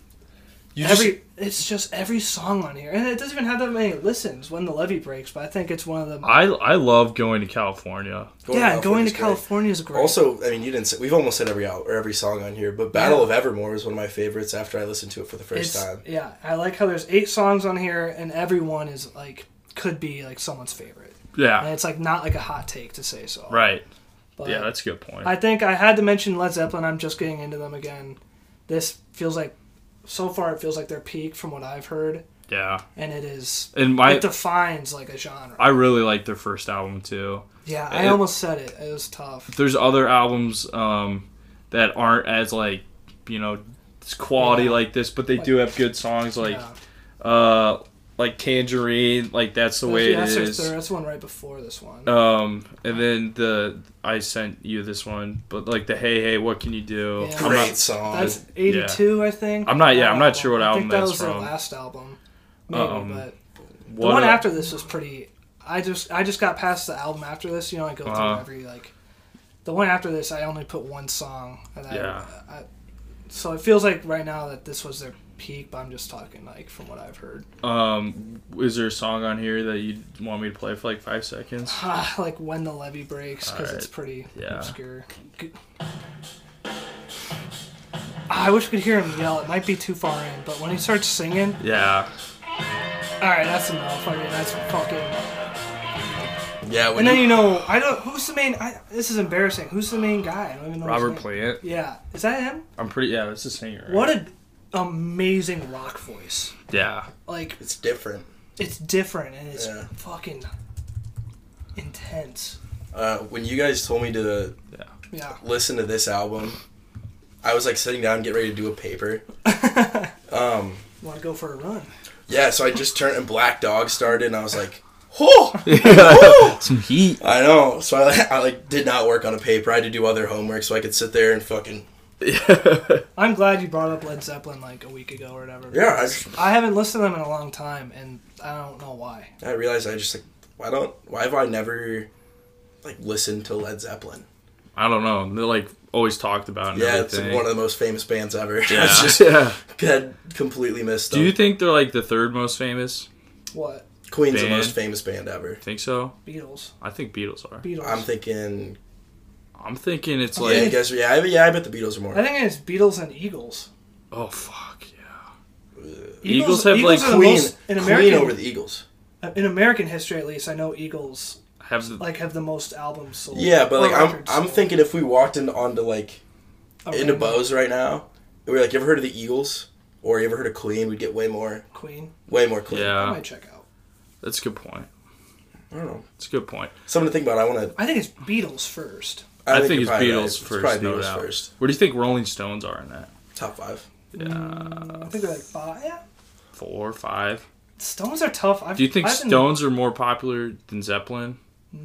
You just-
every it's just every song on here, and it doesn't even have that many listens when the levee breaks. But I think it's one of the
I I love going to California.
Going
yeah. going
Out Front
to
is great.
California is great.
Also, I mean, you didn't. Say, we've almost said every out or every song on here, but "Battle of Evermore" is one of my favorites. After I listened to it for the first
it's,
time,
yeah, I like how there's eight songs on here, and every one is like could be like someone's favorite, and
Yeah.
it's like not like a hot take to say so.
Right.
But
Yeah, that's a good point.
I think I had to mention Led Zeppelin. I'm just getting into them again. This feels like so far it feels like their peak from what I've heard,
yeah.
and it is.
And my
it defines like a genre.
I really like their first album too.
yeah, I
it-
almost said it. It was tough.
There's other albums um that aren't as like, you know, it's quality
Yeah.
like this, but they do have good songs like
yeah.
uh like Tangerine, like that's the way
yeah,
it
that's, their
is.
third- that's the one right before this one.
Um, and then the I sent you this one, but like the hey hey, what can you do?
Yeah.
I'm
great
not,
song.
that's '82, I think. Uh,
I'm not- yeah, I'm not sure what
I
album
think that
that's
was
from.
their last album, maybe.
Um,
but the
what
one
a-
after this was pretty. I just I just got past the album after this. You know, I go
Uh-huh.
through every like. The one after this, I only put one song. And I,
Yeah.
I, so it feels like right now that this was their peak, but I'm just talking like from what I've heard.
Um, is there a song on here that you want me to play for like five seconds?
Ah, like when the levee breaks because it's
Alright,
pretty
yeah.
obscure. G- Ah, I wish we could hear him yell. It might be too far in, but when he starts singing,
Yeah.
all right, that's enough. I mean, that's fucking.
Yeah, when
And then
you-
you know, I don't. Who's the main? I, this is embarrassing. Who's the main guy? I don't even know. his
Robert
name.
Plant.
Yeah, is that him?
I'm pretty. Yeah, that's the singer. right?
What an amazing rock voice.
Yeah.
Like
it's different.
it's different and it's
Yeah.
fucking intense.
Uh, when you guys told me to
Yeah.
listen to this album, I was like sitting down, get ready to do a paper. Um,
Want to go for a run?
yeah, so I just turned and Black Dog started, and I was like, "Oh,
Some heat.
I know." So I, I like did not work on a paper. I had to do other homework, so I could sit there and fucking
I'm glad you brought up Led Zeppelin like a week ago or whatever.
yeah. I just
I haven't listened to them in a long time, and I don't know why.
I realized I just like why don't why have I never like listened to Led Zeppelin?
I don't know. They're like always talked about. And
Yeah, it's
everything.
one of the most famous bands ever.
yeah.
I just
yeah.
had completely missed.
Do you
them.
think they're like the third most famous?
What
Queen's the
Band?
most famous band ever?
Think so?
Beatles?
I think Beatles are.
Beatles.
I'm thinking.
I'm thinking it's
yeah, you
like.
guys. Yeah, I, yeah. I bet the Beatles are more.
I think it's Beatles and Eagles.
Oh fuck. Yeah. Eagles
Eagles
have, like,
are the
Queen,
most- in
Queen
American
over the Eagles.
in American history at least. I know Eagles
Have the,
like have the most albums sold.
Yeah, but
or
like I'm,
records
I'm
sold.
thinking if we walked into onto like
A
into
random
Bose right now, and we are like, you ever heard of the Eagles? Or you ever heard of Queen? We'd get way more,
Queen.
way more Queen.
I
yeah.
might check out.
That's a good point.
I don't know.
That's a good point.
Something to think about. I want to.
I think it's Beatles first.
I, think, it's Beatles
It's
first.
probably
no
Beatles
doubt.
first.
What do you think Rolling Stones are in that?
Top five.
I think they're like five. Yeah.
Four, five.
Stones are tough. I've,
Do you think
I've been-
Stones are more popular than Zeppelin?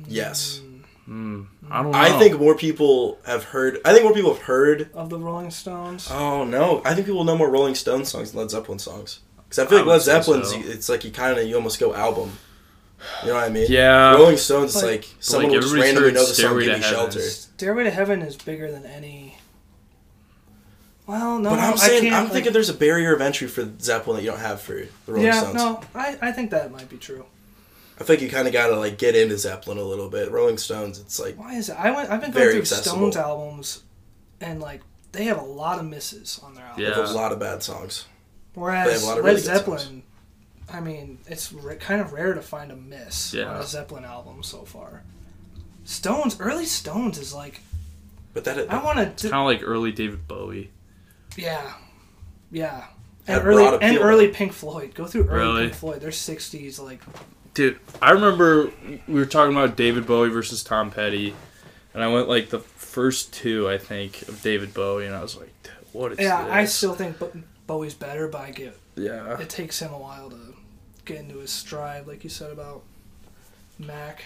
Yes.
Mm. I don't know.
I think more people have heard. I think more people have heard.
of the Rolling Stones?
Oh no! I think people know more Rolling Stones songs than Led Zeppelin songs. Because I feel
I
like
would
Led
say
Zeppelin's.
so.
It's like you kind of you almost go album. You know what I mean?
Yeah.
Rolling Stones is
Like-
like someone will just
everybody's
randomly
heard
know the song
Stairway
"Give
to
Me
Heaven.
Shelter."
Stairway to Heaven is bigger than any. Well, no,
But I'm
I
saying
can't,
I'm
like-
thinking there's a barrier of entry for Zeppelin that you don't have for the Rolling
Yeah,
Stones.
no, I, I think that might be true.
I think you kind of gotta like get into Zeppelin a little bit. Rolling Stones, it's like
Why is it? I went. I've been going
Very
through
accessible.
Stones albums, and like they have a lot of misses on their albums.
they have
Yeah.
a lot of bad songs. they have
Whereas
a lot
Led
of really good
Zeppelin, I mean, it's r kind of rare to find a miss on
Yeah.
a Zeppelin album so far. Stones, early Stones is like
But that
I want to.
kind of like early David Bowie.
Yeah, yeah.
Had
And early
broad
and
appeal.
early Pink Floyd. Go through early
Really?
Pink Floyd. They're sixties like
Dude, I remember we were talking about David Bowie versus Tom Petty, and I went like the first two, I think, of David Bowie, and I was like, "Dude, what is
yeah. I
this?"
still think Bo- Bowie's better, but I get
Yeah.
it takes him a while to get into his stride, like you said about Mac.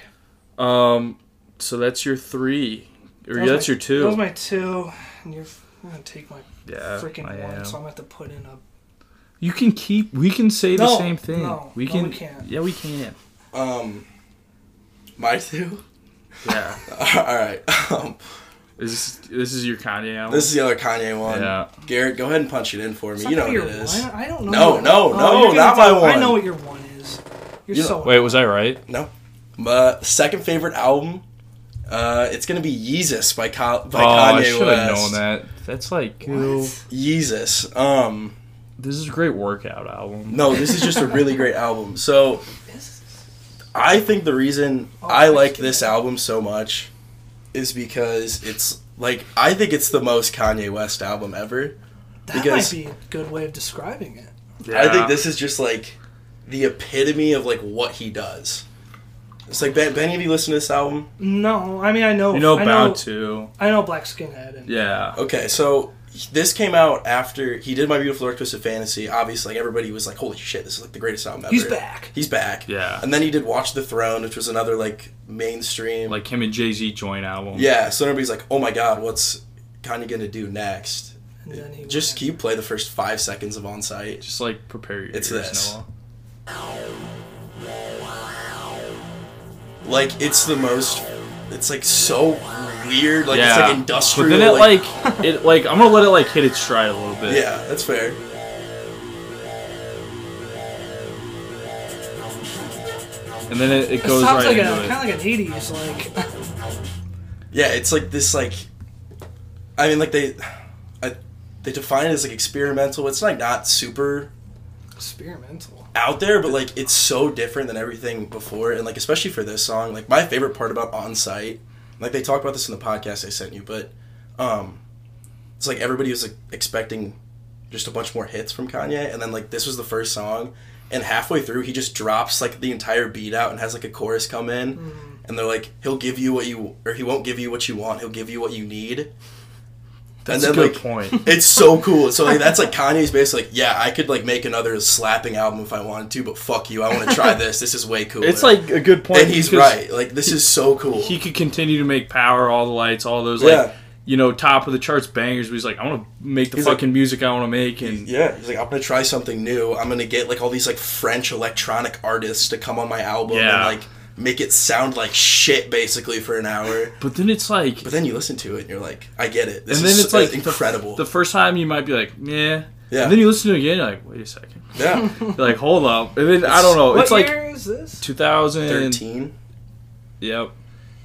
Um. So that's your three, or
That
yeah,
was
that's
my-
your two.
That was my two, and you're, f- I'm gonna take my
yeah.
freaking
I
one,
am.
so I'm gonna have to put in a.
You can keep. We can say the
No,
same thing.
no,
we
no,
can.
we can't.
Yeah, we can.
to um my two.
Yeah.
All right, um,
is this, this is your Kanye album?
this is the other Kanye one.
Yeah.
Garrett, go ahead and punch it in for me.
Is
you
that
know what
your
it is.
One? I don't know.
No,
what-
no,
Oh,
no,
you're gonna
not
tell-
my one.
I know what your one is. You're
You know-
so
Wait, was I right?
No. My second favorite album, uh, it's gonna be Yeezus by, Ka- by
Oh, I
Kanye
should have
West.
known that. That's like you know,
What?
Yeezus. Um,
this is a great workout album.
no, this is just a really great album. So
This-
I think the reason
Oh,
I
I
like
see.
this album so much is because it's like I think it's the most Kanye West album ever.
That
Because-
might be a good way of describing it.
I think this is just like the epitome of like what he does. It's like Ben, Ben have you listened to this album?
No, I mean I know.
You know,
I
bound
know,
to.
I know Black Skinhead and
Yeah.
Okay, so this came out after he did My Beautiful Dark Twisted Fantasy. Obviously, like, everybody was like, "Holy shit, this is like the greatest album ever."
he's back.
He's back.
Yeah.
And then he did Watch the Throne, which was another like mainstream.
Like him and Jay Z joint album.
yeah, so everybody's like, "Oh my god, what's Kanye gonna do next?"
And then he
Just
went-
can you play the first five seconds of On Site?
Just like prepare your
It's
ears,
this.
Noah.
Like it's the most. It's like so weird. Like
yeah.
it's like industrial.
But then it like, it like I'm gonna let it like hit its stride a little bit.
yeah, that's fair.
and then it, it
It
goes
sounds
right
like a
into
kind of
it.
like an '80s, like
Yeah, it's like this like I mean like they I, they define it as like experimental. It's like not super
experimental.
out there, but like it's so different than everything before and like especially for this song, like my favorite part about on site, like they talked about this in the podcast I sent you, but um it's like everybody was like expecting just a bunch more hits from Kanye and then like this was the first song and halfway through he just drops like the entire beat out and has like a chorus come in and they're like he'll give you what you or he won't give you what you want, he'll give you what you need.
That's
and
a
then
good
like
point.
it's so cool. So like, that's like Kanye's basically like, yeah, I could like make another slapping album if I wanted to, but fuck you, I want to try this. This is way cooler.
It's like a good point.
and he's
because
right. Like this is so cool.
He could continue to make power, all the lights, all those like
Yeah.
you know top of the charts bangers. But he's like, I want to make the
He's
fucking music I want to make, and
yeah, he's like, I'm gonna try something new. I'm gonna get like all these like French electronic artists to come on my album
Yeah.
and like make it sound like shit basically for an hour.
but then it's like,
But then you listen to it and you're like, I get it. This
and
is uh,
then it's like the-
incredible.
The, first time you might be like, yeah.
Yeah.
And then you listen to it again, you're like, wait a second.
yeah,
You're like, hold up. And then I don't know.
What
It's like
year is this?
2000.
13.
Yep.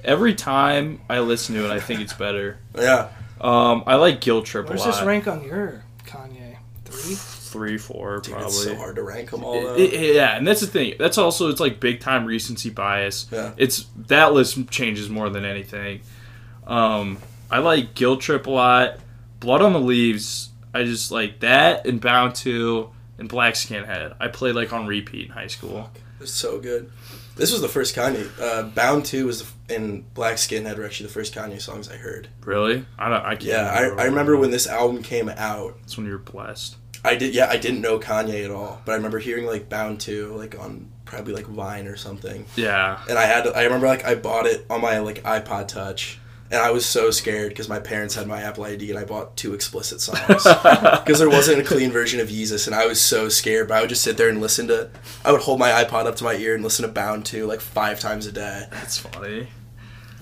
Every time I listen to it, I think it's better.
Yeah,
Um, I like Guilt Trip
Where's
a
this
lot.
rank on your Kanye? Three.
Three, four,
dude,
probably.
it's so hard to rank them all.
It-
Though.
it- yeah, and that's the thing. That's also it's like big time recency bias.
Yeah.
It's that list changes more than anything. Um, I like Guilt Trip a lot. Blood on the Leaves. I just like that and Bound to and Black Skinhead. I played like on repeat in high school.
It's so good. This was the first Kanye. Uh, Bound Two was the, and Black Skinhead were actually the first Kanye songs I heard.
Really? I don't. I can't.
Yeah, I, I remember when this album came out.
That's when you're blessed.
I did. Yeah, I didn't know Kanye at all, but I remember hearing like Bound Two like on probably like Vine or something.
Yeah.
And I had. I remember like I bought it on my like iPod Touch. And I was so scared because my parents had my Apple ID and I bought two explicit songs because there wasn't a clean version of Yeezus and I was so scared. But I would just sit there and listen to. I would hold my iPod up to my ear and listen to Bound Two like five times a day.
That's funny.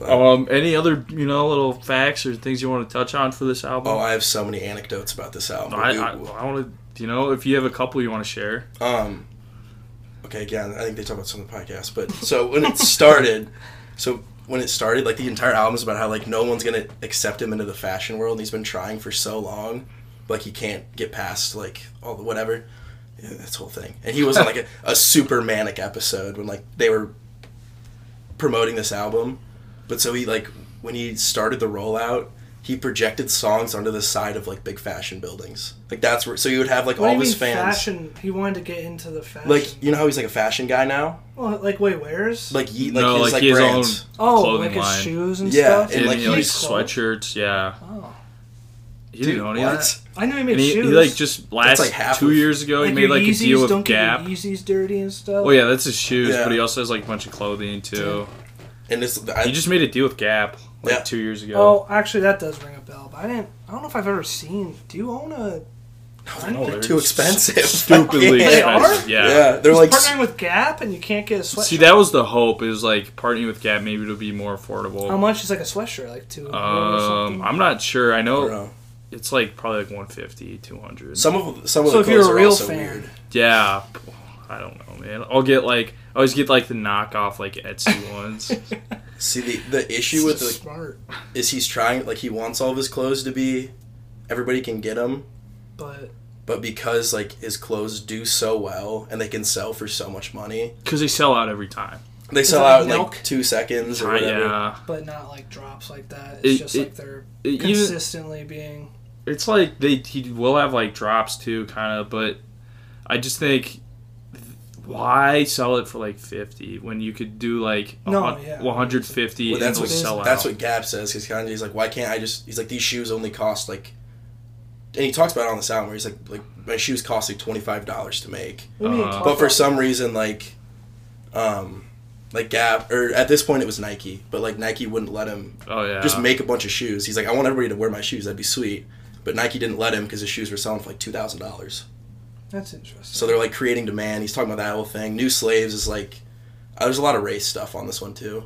Um, any other you know little facts or things you want to touch on for this album?
Oh, I have so many anecdotes about this album.
I, I,
Ooh.
I want to you know if you have a couple you want to share.
um, okay, again, I think they talk about some of the podcast, but so when it started, so when it started, like the entire album is about how like no one's gonna accept him into the fashion world, and he's been trying for so long, but, like he can't get past like all the whatever. Yeah, this whole thing, and he was on like a, a super manic episode when like they were promoting this album, but so he like when he started the rollout. He projected songs onto the side of like big fashion buildings. Like that's where so you would have like
What do
all
you
of his
mean
fans.
fashion? He wanted to get into the fashion.
Like you know how he's like a fashion guy now.
well, like wait, where's?
Like he, like
No,
his
like,
like
he has
brands.
own
oh,
clothing
like his
line.
shoes and
Yeah,
stuff.
and,
And,
like,
he,
he
like
was
Cool.
sweatshirts, yeah.
Oh,
He didn't own any of that.
I know he made
And he, he,
shoes.
like just last
like half
two
of-
years ago he made
your
like a
Yeezys,
deal with
don't
Gap.
Get your Yeezys dirty and stuff.
Oh yeah, that's his shoes,
Yeah.
but he also has like a bunch of clothing too.
And this, I,
He just made a deal with Gap like
Yeah.
two years ago.
Oh, actually, that does ring a bell. But I didn't. I don't know if I've ever seen. Do you own a?
No, they're
too
s-
expensive.
Stupidly
They
are?
expensive.
yeah.
Yeah.
they're like.
partnering with Gap, and you can't get a sweatshirt.
See, that was the hope. Is like partnering with Gap, maybe it'll be more affordable.
How much is like a sweatshirt? Like two. or something?
Um, I'm not sure. I know
bro.
it's like probably like 150, 200.
Some of some of
So
the
if you're
clothes
a
are
real
also
fan,
weird.
yeah, I don't know, man. I'll get like I always get like the knockoff like Etsy ones.
See the the issue with the,
smart,
is he's trying like he wants all of his clothes to be everybody can get them,
but
but because like his clothes do so well and they can sell for so much money,
because they sell out every time.
they sell
that
out in
milk?
like two seconds or
Uh,
whatever.
yeah,
but not like drops like that. It's
It-
just
it-
like they're
It- even,
consistently being.
it's like they he will have like drops too, kind of. But I just think why sell it for like fifty when you could do like a
No,
hun-
yeah.
150
Well, that's
and
what
it'll sell
that's
out.
what Gap says because Kanye's like, why can't I just? He's like, these shoes only cost like, and he talks about it on the sound where he's like, like my shoes cost like twenty five dollars to make,
What do you mean,
Uh,
talk
but for
about-
some reason like, um, like Gap or at this point it was Nike, but like Nike wouldn't let him
oh yeah,
just make a bunch of shoes. He's like, I want everybody to wear my shoes. That'd be sweet. But Nike didn't let him because his shoes were selling for like two thousand dollars.
that's interesting.
So they're like creating demand. He's talking about that whole thing. New slaves is like, uh, there's a lot of race stuff on this one too.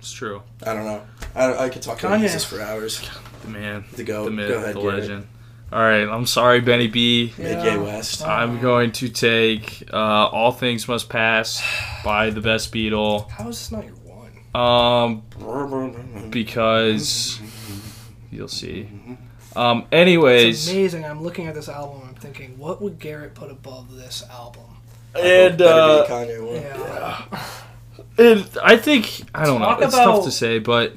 it's true.
I don't know. I, I could talk about
Kanye.
this for hours.
The man,
The Oh, go.
the myth,
go ahead,
the
Garrett.
legend. All right, I'm sorry, Benny B.
Yeah.
Mid Gay West.
Uh,
I'm going to take uh, All Things Must Pass by the best Beatle.
How is this not your one?
Um, because you'll see. Um, anyways,
It's amazing. I'm looking at this album. I'm thinking, what would Garrett put above this album?
and uh,
Better be Kanye West.
Yeah.
And I think I don't
Talk
know. It's
about-
tough to say, but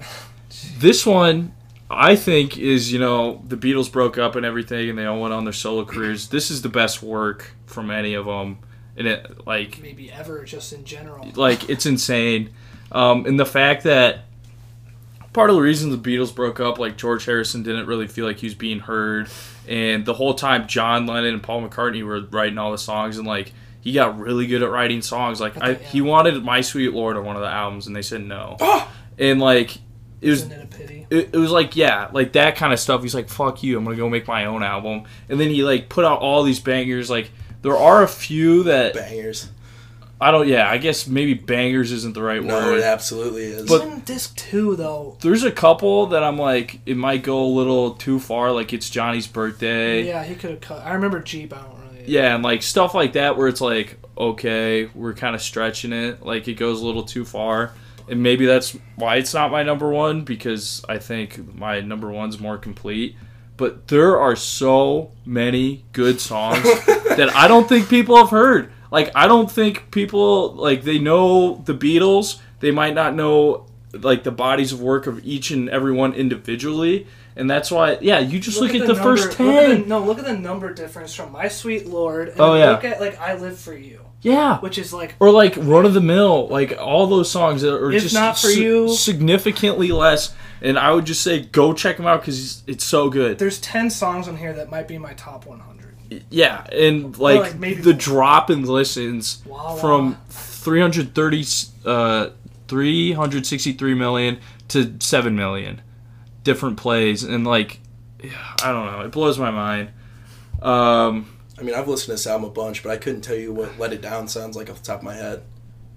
this one I think is you know the Beatles broke up and everything, and they all went on their solo careers. This is the best work from any of them, and it like
Maybe ever, just in general.
like it's insane. Um, and the fact that part of the reason the Beatles broke up, like George Harrison didn't really feel like he was being heard, and the whole time John Lennon and Paul McCartney were writing all the songs, and like he got really good at writing songs. Like I,
Okay, yeah.
he wanted "My Sweet Lord" on one of the albums, and they said no.
Oh!
and like it was
Isn't it a pity?
it, it was like yeah like that kind of stuff he's like fuck you i'm gonna go make my own album and then he like put out all these bangers like there are a few that
Bangers.
i don't yeah i guess maybe bangers isn't the right
No,
word
it absolutely is.
But-
Even disc two, though.
there's a couple that i'm like it might go a little too far like it's johnny's birthday yeah,
Yeah, he could have cut. I remember Jeep. I don't really.
and like stuff like that where it's like okay we're kind of stretching it like it goes a little too far and maybe that's why it's not my number one because i think my number one's more complete but there are so many good songs that I don't think people have heard. Like I don't think people like they know the Beatles. They might not know like the bodies of work of each and every one individually, and that's why yeah. You just look, at, the,
number-
first
look at the-
ten.
no, look at the number difference from My Sweet Lord. And
Oh, yeah.
Look at like I Live for You,
yeah.
which is like
Or like run of the mill, like all those songs that are
If
just
Not For
si-
You.
significantly less. And I would just say go check them out because it's so good.
there's ten songs on here that might be my top 100.
Yeah, and like,
like, maybe
the
more.
drop in listens
Wow,
from
wow.
330 uh 363 million to 7 million different plays and like yeah, I don't know, it blows my mind. Um
I mean, I've listened to this album a bunch, but I couldn't tell you what "Let It Down" sounds like off the top of my head.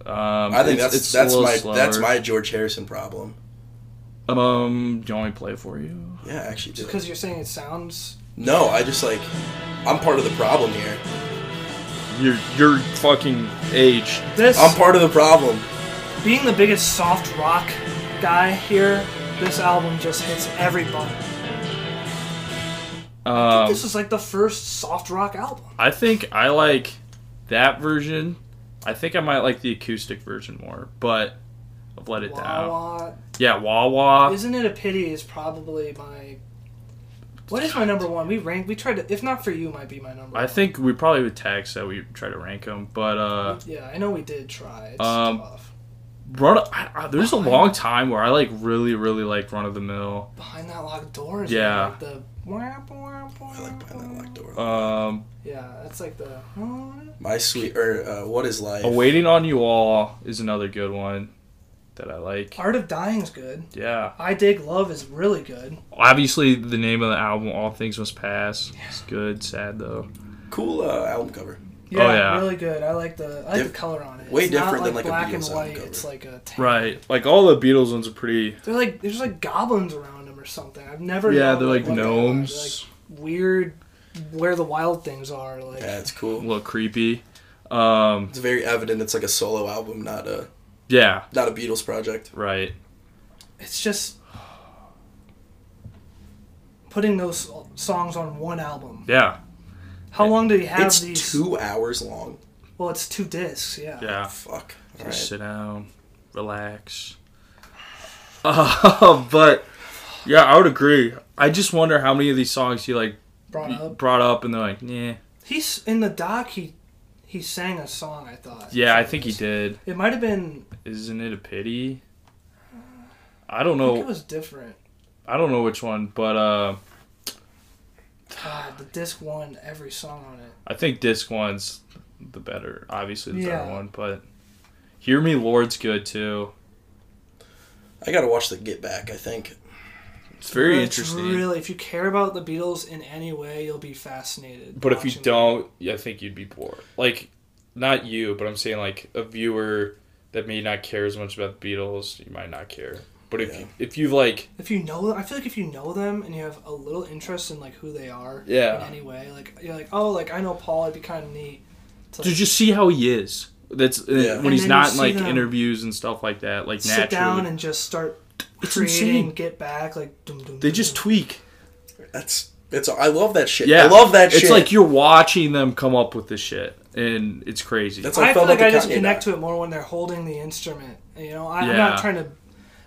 um,
I
it's-
think that's
it's a
that's
little
my that's
slower.
my George Harrison problem.
um. Do you want me to play it for you?
Yeah, I actually, do.
Because you're saying it sounds.
no, I just like I'm part of the problem here.
You're you're fucking age.
This
I'm part of the problem.
being the biggest soft rock guy here, this album just hits every button.
Um,
this is like the first soft rock album.
I think I like that version. I think I might like the acoustic version more, but I've let it down.
Wawa.
Yeah, Wah Wah.
Isn't it a pity? Is probably my. What is my number one? We ranked. We tried to. If not for you, might be my number.
I
one.
think we probably would tag so we try to rank them, but uh,
Yeah, I know we did try. It's
Um,
tough.
run. I, I, there's a long time where I like really, really like Run of the Mill.
Behind that locked door is
yeah.
like the.
I like behind that locked door.
Um,
Yeah, that's like the.
my sweet or uh, what is life?
Awaiting on You All is another good one that I like.
Art of Dying's good.
Yeah,
I Dig Love is really good.
obviously the name of the album, All Things Must Pass. It's good, sad though.
Cool uh, album cover.
Yeah,
Oh, yeah.
really good. I like the I like
Diff-
the color on it.
way
it's
different
not
than,
like,
like,
black
a Beatles
and
album
white.
cover.
It's like a tan.
Right, like all the Beatles ones are pretty.
They're like there's like goblins around them or something. I've never
Yeah,
known
they're like
what they are. They're,
gnomes.
like, weird where the wild things are. Like
Yeah, it's
A
cool.
little creepy. Um,
It's very evident. It's like a solo album, not a
yeah,
not a Beatles project.
right.
it's just putting those songs on one album.
Yeah,
How long do you have
It's
these?
two hours long.
Well, it's two discs. Yeah.
yeah.
Fuck.
Just
All right.
sit down, relax. Uh, but yeah, I would agree. I just wonder how many of these songs he like
Brought
b-
up.
brought up, and they're like, yeah,
He's in the doc. He he sang a song. I thought.
yeah. I think he did.
It might have been.
Isn't it a pity? I don't
I think it
know.
was different.
I don't know which one, but uh,
God, the disc won every song on it.
I think disc one's the better, obviously the
Yeah.
better one. But hear me, Lord's good too.
I gotta watch the Get Back. I think.
It's very
It's
interesting.
Really, if you care about the Beatles in any way, you'll be fascinated.
But if you
watching
don't, I think you'd be bored. Like, not you, but I'm saying like a viewer that may not care as much about the Beatles, you might not care. But if
Yeah.
you, if you've like
them. If you know, I feel like if you know them and you have a little interest in like who they are,
Yeah.
in any way, like you're like, oh, like I know Paul, it'd be kind of neat. To,
to just see how he is, That's uh,
Yeah.
when
And
he's
then
not
you
in,
see
like
them
interviews and stuff like that. Like
sit down
naturally,
and just start
It's
creating,
insane.
get back, like dum, dum,
they
dum,
just
dum.
tweak.
That's it's. I love that shit.
Yeah,
I love that shit.
It's like you're watching them come up with this shit, and it's crazy.
That's- So I
I feel
felt
like
like
I
the
just
Kanye
connect to
doc.
it more when they're holding the instrument. You know, I, I'm
Yeah.
not trying to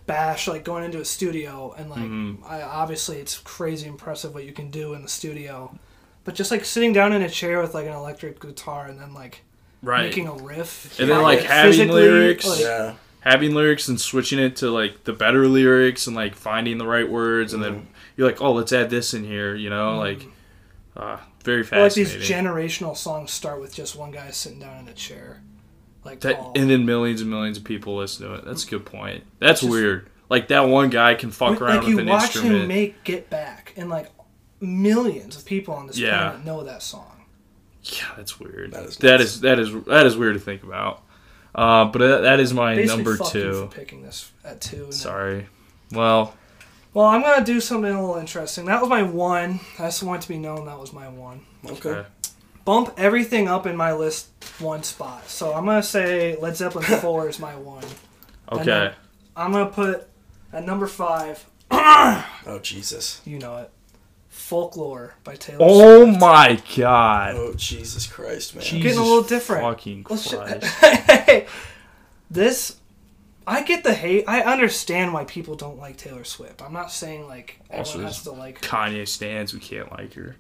bash like going into a studio and like
Mm-hmm.
I, obviously it's crazy impressive what you can do in the studio, but just like sitting down in a chair with like an electric guitar and then like
right.
making a riff
And then, like,
like,
having
physically,
lyrics.
like-
yeah.
having lyrics and switching it to like the better lyrics and like finding the right words and
Mm-hmm.
then you're like oh let's add this in here you know like uh, very
Or, like these
fascinating
generational songs start with just one guy sitting down in a chair, like
that
Paul.
and then millions and millions of people listen to it that's a good point that's
Just-
weird like that one guy can fuck
Like,
around
like
with
you
an
watch
instrument
him make Get Back, and like millions of people on this
Yeah.
planet know that song.
yeah that's weird
That is
that
nuts.
is that is that is weird to think about uh, but that, that is my
Basically,
number
fuck you
two
for picking this at two. and-
sorry well
Well, I'm gonna do something a little interesting. That was my one. I just want it to be known that was my one.
Okay.
Okay.
Bump everything up in my list one spot. So I'm gonna say Led Zeppelin four is my one.
okay
I'm gonna put at number five.
Oh Jesus.
You know it. Folklore by Taylor. Swift.
oh my god
Oh Jesus Christ, man.
Getting a little different.
fucking
Let's ju-
Christ.
this, I get the hate. I understand why people don't like Taylor Swift. I'm not saying like everyone
Also,
has to like. her.
Kanye stands, we can't like her.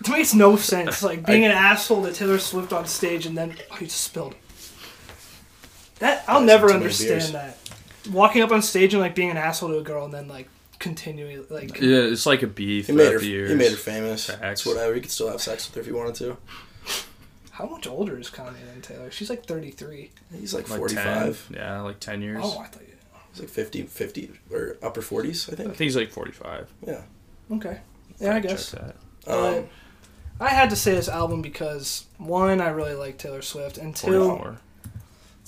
It makes no sense. Like being an asshole to Taylor Swift on stage and then oh, you just spilled. That I'll
That's
never
too many
understand
beers.
that. Walking up on stage and like being an asshole to a girl and then like continuing like
Yeah, it's like a beef.
He made
throughout
her.
the
He
years.
made her famous.
Facts.
It's whatever. You could still have sex with her if you wanted to.
how much older is Kanye than Taylor? She's like 33.
He's like,
Like
45.
10, yeah, like ten years.
Oh, I thought you.
He's like 50, 50 or upper 40s, I
I
think.
think he's like forty-five.
Yeah.
Okay. Yeah, I
Fact
guess.
check that.
Uh,
Um,
I had to say this album because one, I really like Taylor Swift, and two,
Forty-four.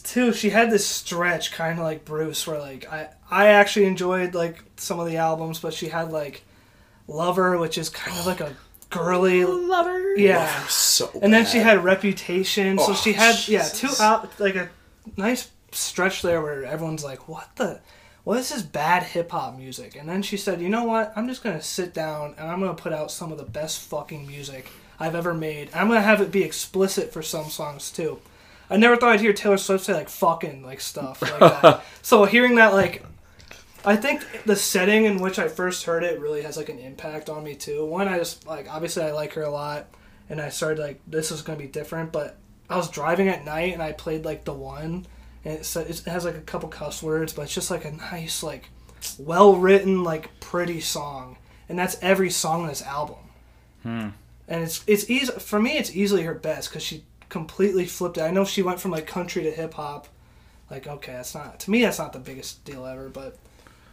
two, she had this stretch kind of like Bruce, where like I I actually enjoyed like some of the albums, but she had like Lover, which is kind of like a girly Lover, yeah.
I'm so.
And then she
Oh, bad.
had Reputation, so
Oh,
she had yeah two
Jesus.
out like a nice stretch there where everyone's like, what the. Well, this is bad hip hop music. And then she said, you know what? I'm just going to sit down and I'm going to put out some of the best fucking music I've ever made. I'm going to have it be explicit for some songs, too. I never thought I'd hear Taylor Swift say, like, fucking, like, stuff like that. so hearing that, like, I think the setting in which I first heard it really has, like, an impact on me, too. One, I just, like, obviously I like her a lot. And I started, like, this is going to be different. But I was driving at night and I played, like, the one and it's, it has like a couple cuss words, but it's just like a nice, like, well written, like pretty song, and that's every song on this album. And it's it's easy for me. It's easily her best because she completely flipped it. I know she went from like country to hip hop. Like okay, that's not to me. That's not the biggest deal ever, but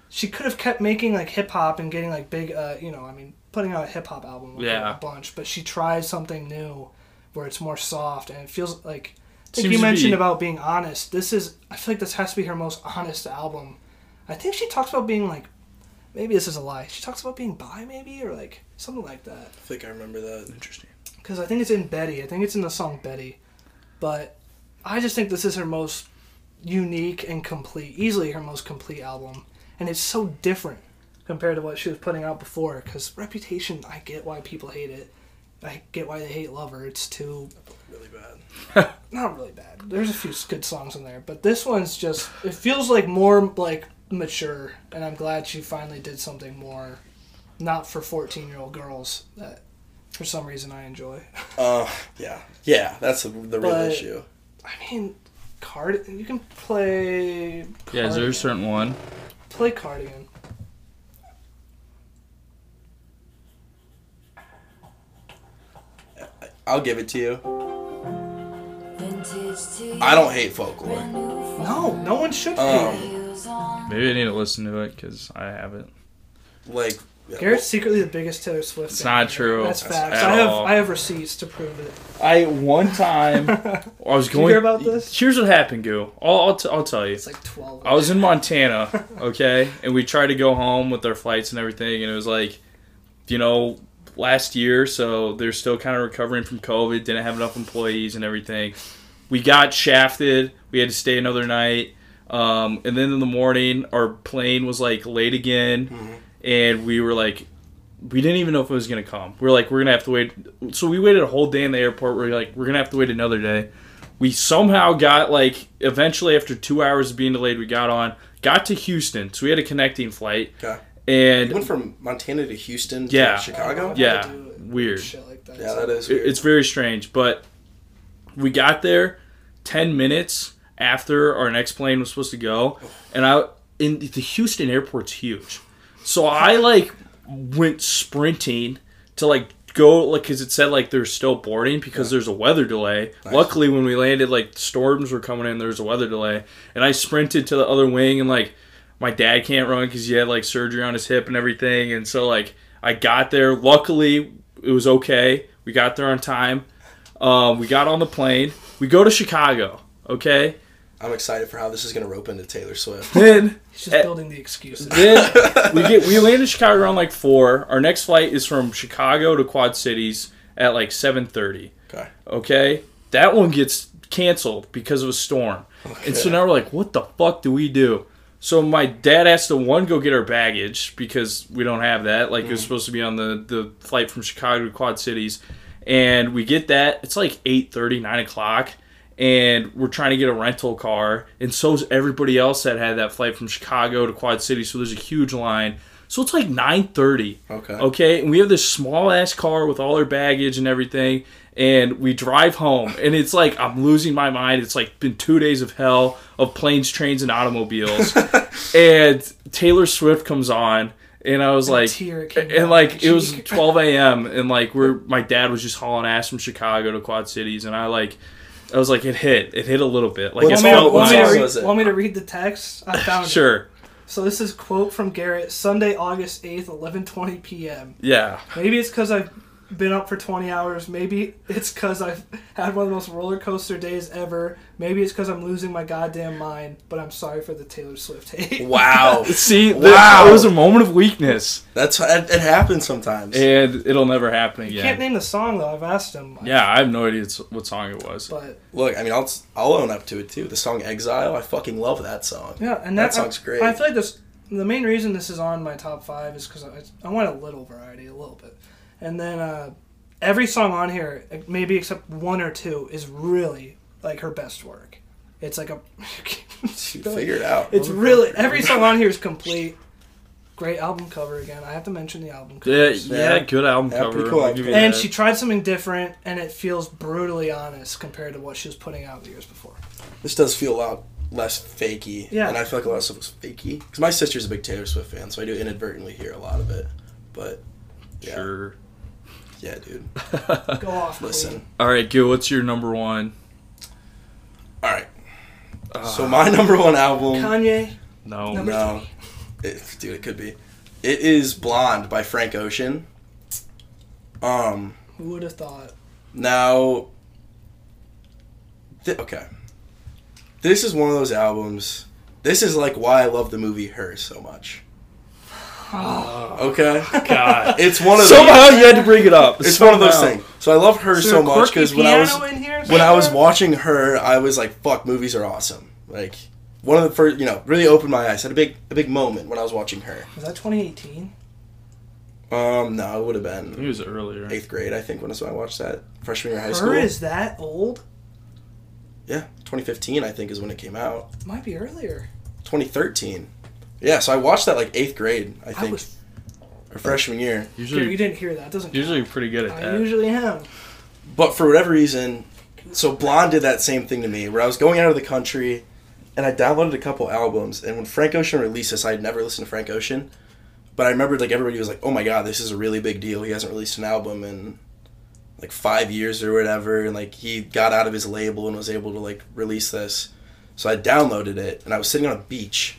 she could have kept making like hip hop and getting like big. Uh, you know, I mean, putting out a hip hop album like,
Yeah.
a bunch, but she tried something new where it's more soft and it feels like. I think
Seems
you
to
mentioned
be-
about being honest. This is I feel like this has to be her most honest album. I think she talks about being like maybe this is a lie. She talks about being bi maybe or like something like that.
I think I remember that.
Interesting.
Cuz I think it's in Betty. I think it's in the song Betty. But I just think this is her most unique and complete, easily her most complete album and it's so different compared to what she was putting out before cuz Reputation I get why people hate it. I get why they hate Lover. It's too
Really bad.
not really bad. There's a few good songs in there, but this one's just it feels like more like mature, and I'm glad she finally did something more, not for 14 year old girls that for some reason I enjoy.
Uh, yeah. Yeah, that's the, the real
But-
issue.
I mean, card you can play.
Yeah, is there
Cardigan.
a certain one?
play Cardigan?
I'll give it to you. I
I
don't hate folklore.
No, no one should.
Um,
Oh.
hate
Maybe I need to listen to it because I haven't.
Like,
it. Garrett's secretly the biggest Taylor Swift.
It's
fan
not
ever.
true
That's
at
facts. I have
all.
I have receipts to prove it.
I one time I was
Do you
going.
hear about this?
Here's what happened, Goo. I'll I'll, t- I'll tell you.
It's like 12.
I was in Montana, okay, and we tried to go home with our flights and everything, and it was like, you know, last year, so they're still kind of recovering from COVID, didn't have enough employees and everything. we got shafted. We had to stay another night. Um, and then in the morning, our plane was like late again, and we were like, we didn't even know if it was gonna come. We are like, we're gonna have to wait. So we waited a whole day in the airport. We are like, we're gonna have to wait another day. We somehow got like, eventually after two hours of being delayed, we got on, got to Houston. So we had a connecting flight,
Okay.
and
You went from Montana to Houston to
Yeah.
Chicago?
yeah,
do it.
weird.
Shit like that.
Yeah, that is
It-
weird.
It's very strange, but we got there 10 minutes after our next plane was supposed to go, and I in the Houston airport's huge. So I like went sprinting to like go like cuz it said like there's still boarding because there's a weather delay. Luckily when we landed like storms were coming in, there was a weather delay, and I sprinted to the other wing and like my dad can't run because he had like surgery on his hip and everything. And so like I got there. Luckily, it was okay. We got there on time. Um, we got on the plane. We go to Chicago. Okay.
I'm excited for how this is going to rope into Taylor Swift.
Then
He's just
Eh.
building the excuses.
then we get we land in Chicago around like four. Our next flight is from Chicago to Quad Cities at like seven thirty.
Okay.
okay? That one gets canceled because of a storm. And so now we're like, what the fuck do we do? So my dad has to one go get our baggage because we don't have that. Like it was supposed to be on the, the flight from Chicago to Quad Cities. And we get that. It's like 8.30, 9 o'clock. And we're trying to get a rental car. And so's everybody else that had that flight from Chicago to Quad Cities. So there's a huge line. So it's like 9.30.
Okay.
Okay, and we have this small ass car with all our baggage and everything, and we drive home, and it's like I'm losing my mind. It's like been two days of hell of planes, trains, and automobiles, and Taylor Swift comes on, and I was like,
tear came down
and like
my
it was
cheek.
12 a.m. and like we're my dad was just hauling ass from Chicago to Quad Cities, and I like. I was like, it hit. It hit a little bit. Like,
Well,
it's
Want me,
I mean,
felt
to,
what
want, me to
song
like,
read,
was it?
want me to read the text? I found it.
sure.
So this is quote from Garrett, Sunday, August 8th, 11:20 p.m.
Yeah.
Maybe it's because I've been up for 20 hours. Maybe it's because I've had one of the most roller coaster days ever. Maybe it's because I'm losing my goddamn mind. But I'm sorry for the Taylor Swift hate.
Wow.
See, wow.
Wow.
It was a moment of weakness,
That's it, it happens sometimes.
and it'll never happen again.
You can't name the song though. I've asked him.
Yeah, I have no idea it's- what song it was.
But
Look, I mean, I'll I'll own up to it too. The song "Exile," I fucking love that song.
yeah, and
That
that,
song's great.
I, feel like this. The main reason this is on my top five is because I, I want a little variety, a little bit, and then uh, every song on here, maybe except one or two, is really like her best work. It's like a
Dude, figure it out.
It's really every song on here is complete. Great album cover again. I have to mention the album cover.
Yeah, yeah,
Yeah.
good album
Yeah,
cover.
pretty cool
I'll
album
give you
And
that.
she tried something different, and it feels brutally honest compared to what she was putting out the years before.
This does feel a lot less fakey.
Yeah.
And I feel like a lot of stuff was fakey because my sister's a big Taylor Swift fan, so I do inadvertently hear a lot of it. But yeah,
sure.
yeah, dude.
Go off, Queen.
Listen.
All right, Gil, what's your number one?
All right. so my number one album.
Kanye.
No.
Number-
No, it, dude, it could be. It is "Blonde" by Frank Ocean. Um,
Who would have thought?
now, th- okay, this is one of those albums. This is like why I love the movie Her so much. Okay,
God.
it's one of
Somehow
those.
you had to bring it up.
It's one of those things. So I love Her
Is there
so
a
much
quirky
because when I was
piano in here
when I was
somewhere?
watching her, I was like, "Fuck, movies are awesome!" Like one of the first, you know, really opened my eyes. Had a big, a big moment when I was watching her.
was that 2018?
Um, no, it would have
It
been
was earlier.
eighth grade, I think, when I watched that freshman year of high
Her
school.
is that old?
yeah, 2015, I think, is when it came out.
It might be earlier.
2013. Yeah, so I watched that like eighth grade, I
I
think,
was.
or freshman year.
Gary, you
Usually,
didn't hear that. Doesn't. count.
usually pretty good at
I
that.
usually am.
But for whatever reason, so Blonde did that same thing to me, where I was going out of the country, and I downloaded a couple albums. And when Frank Ocean released this, I had never listened to Frank Ocean, but I remembered like everybody was like, "Oh my god, this is a really big deal. He hasn't released an album in like five years or whatever." And like he got out of his label and was able to like release this. So I downloaded it, and I was sitting on a beach,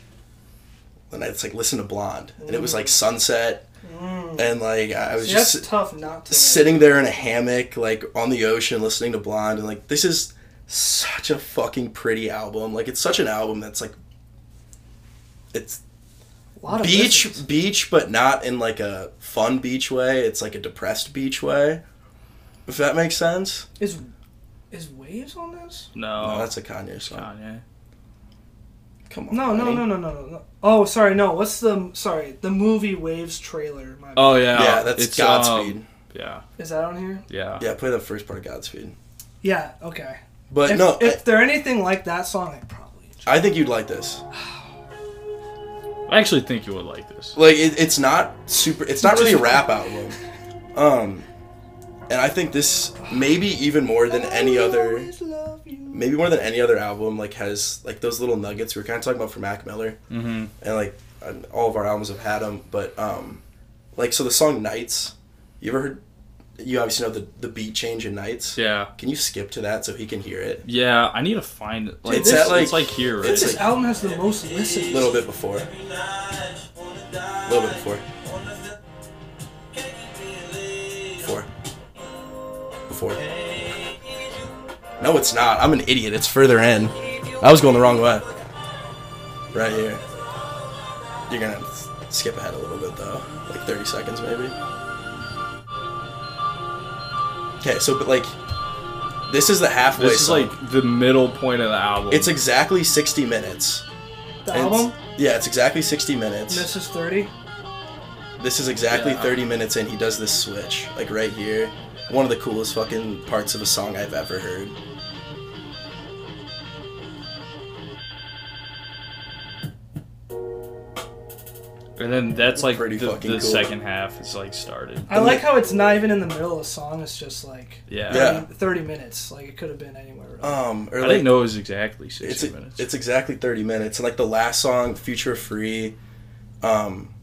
and I just like listened to Blonde, and it was like sunset, and like I was
Mm. See,
just
Mm. that's tough not to.
sitting there in a hammock, like on the ocean, listening to Blonde, and like this is such a fucking pretty album. Like it's such an album that's like it's
A lot of
beach,
listens.
beach, but not in like a fun beach way. It's like a depressed beach way. If that makes sense.
Is Is Waves on this?
No.
No, that's a Kanye song.
Kanye.
Come on.
No, no,
buddy.
no, no, no, no, no. Oh, sorry, no. What's the sorry the movie Waves trailer? My
Oh yeah.
Yeah, that's
It's,
Godspeed.
um, yeah.
is that on here?
Yeah.
yeah, play the first part of Godspeed.
Yeah. Okay.
But
if,
no,
if they're anything like that song, I probably.
I, I think you'd like this.
I actually think you would like this.
Like it, it's not super. It's not really a rap album. Um, and I think this maybe even more than any other.
Always love you.
maybe more than any other album like has like those little nuggets we were kind of talking about for Mac Miller
Mm-hmm.
and like and all of our albums have had them but um like so the song Nights you ever heard you obviously know the the beat change in Nights
Yeah.
can you skip to that so he can hear it
Yeah. I need to find it. Like,
It's
it's,
at,
it's,
like-
like, here, right?
it's
This
like-
album has the most listens.
a little bit before a little bit before before before no it's not I'm an idiot it's further in I was going the wrong way right here you're gonna skip ahead a little bit though like 30 seconds maybe okay so but like this is the halfway
this is
song.
like the middle point of the album.
it's exactly 60 minutes
The
And it's-
album.
yeah it's exactly 60 minutes
This is thirty.
This is exactly
Yeah.
30 minutes in. He does this switch, like right here. One of the coolest fucking parts of a song I've ever heard.
and then that's like
pretty
the,
fucking
the
cool.
second half is like started.
I like how it's not even in the middle of the song. It's just like
Yeah.
Yeah.
30, 30 minutes. Like it could have been anywhere. Really.
Um, or
I
like,
didn't know it was exactly
it's, e-
60 minutes.
it's exactly 30 minutes. And like the last song, Future Free, um,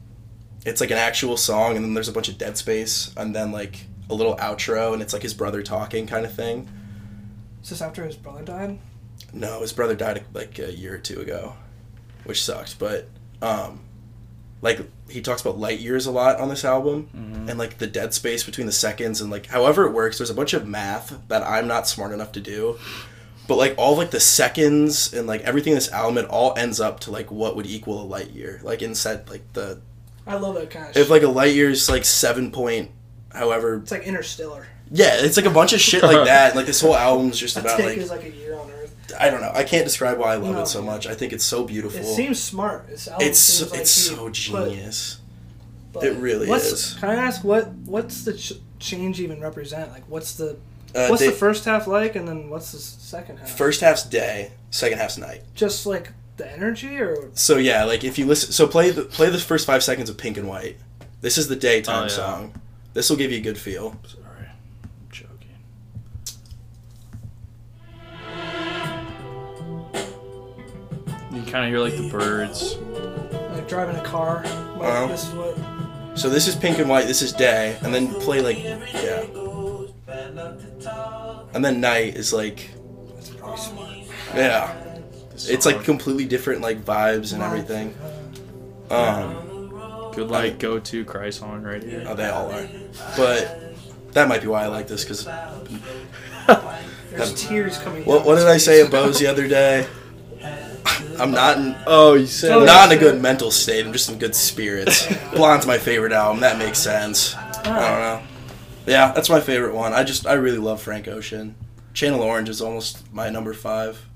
it's like an actual song, and then there's a bunch of dead space, and then like a little outro, and it's like his brother talking kind of thing.
is this after his brother died?
No, his brother died like a year or two ago, which sucked. But um, like he talks about light years a lot on this album,
Mm-hmm.
and like the dead space between the seconds, and like however it works, there's a bunch of math that I'm not smart enough to do. But like all like the seconds and like everything in this album, it all ends up to like what would equal a light year. Like inside like the
I love that kind of.
if
shit.
like a light year is like seven point however
it's like Interstellar.
yeah it's like a bunch of shit like that like this whole album's just
That
about
take
like
is like a year on Earth.
I don't know. I can't describe why I love
No.
it so much. I think it's so beautiful.
It seems smart. This album
it's
seems
so,
like
it's
he
so
put-
genius.
but
It really
what's,
is.
Can I ask what what's the ch- change even represent? Like what's the
Uh,
what's
day-
the first half like, and then what's the s- second half?
first half's day, second half's night.
just like the energy, or
So yeah, like if you listen, so play the play the first five seconds of Pink and White. This is the
Oh,
daytime
yeah.
song. This will give you a good feel.
Sorry. I'm joking. You kind of hear like the birds.
like driving a car. Like,
Uh-huh.
This is what
So this is Pink and White. This is day, and then play like yeah, and then night is like
that's pretty smart.
yeah.
the
It's like
song.
completely different like vibes and everything. Um,
good like go to cry song right here.
oh, they all are, but that might be why I like this because
There's tears coming.
What,
down
what
his
did I
face.
say at Bose the other day? I'm not in,
Oh, you said
Oh,
that.
not in a good mental state. I'm just in good spirits. Blonde's my favorite album. That makes sense.
Ah,
I don't know. Yeah, that's my favorite one. I just I really love Frank Ocean. Channel Orange is almost my number five.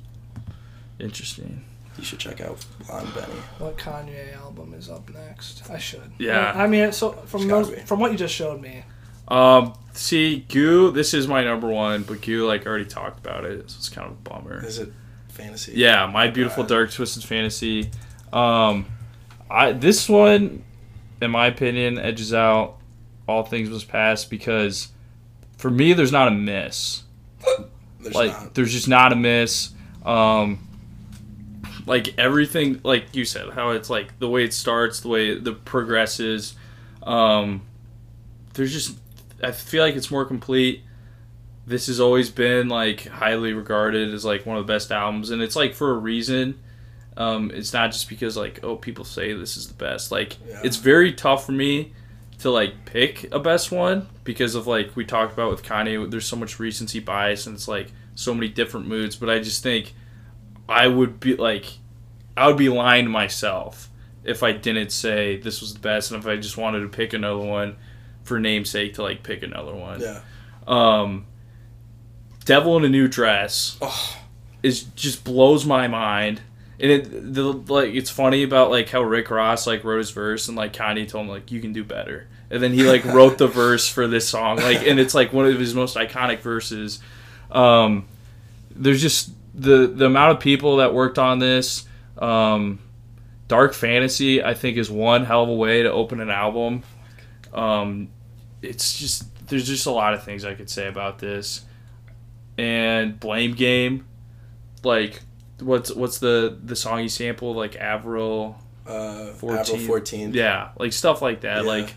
Interesting.
You should check out Blonde Benny.
What Kanye album is up next? I should.
Yeah.
I mean, so from
It's gotta
those,
be.
from what you just showed me,
Um, see, Goo, this is my number one, but Goo like already talked about it, so it's kind of a bummer.
Is it fantasy?
Yeah, my beautiful dark twisted fantasy. Um, I this one, in my opinion, edges out all things was past because for me, there's not a miss.
There's
Like
not.
there's just not a miss. Um, like everything, like you said, how it's like the way it starts, the way the progresses. Um, there's just I feel like it's more complete. This has always been like highly regarded as like one of the best albums, and it's like for a reason. Um, it's not just because like oh people say this is the best. Like
Yeah.
it's very tough for me to like pick a best one because of like we talked about with Kanye. There's so much recency bias, and it's like so many different moods. But I just think I would be like I would be lying to myself if I didn't say this was the best, and if I just wanted to pick another one for namesake to like pick another one.
Yeah.
Um, Devil in a New Dress
Oh,
is just blows my mind. And it the, like it's funny about like how Rick Ross like wrote his verse and like Kanye told him like you can do better. And then he like wrote the verse for this song like and it's like one of his most iconic verses. Um, there's just the the amount of people that worked on this. Um, Dark Fantasy I think is one hell of a way to open an album. Um, it's just there's just a lot of things I could say about this. And Blame Game like what's what's the the song you sample like Avril
uh, 14.
14.
April 14th.
yeah like stuff like that
Yeah.
like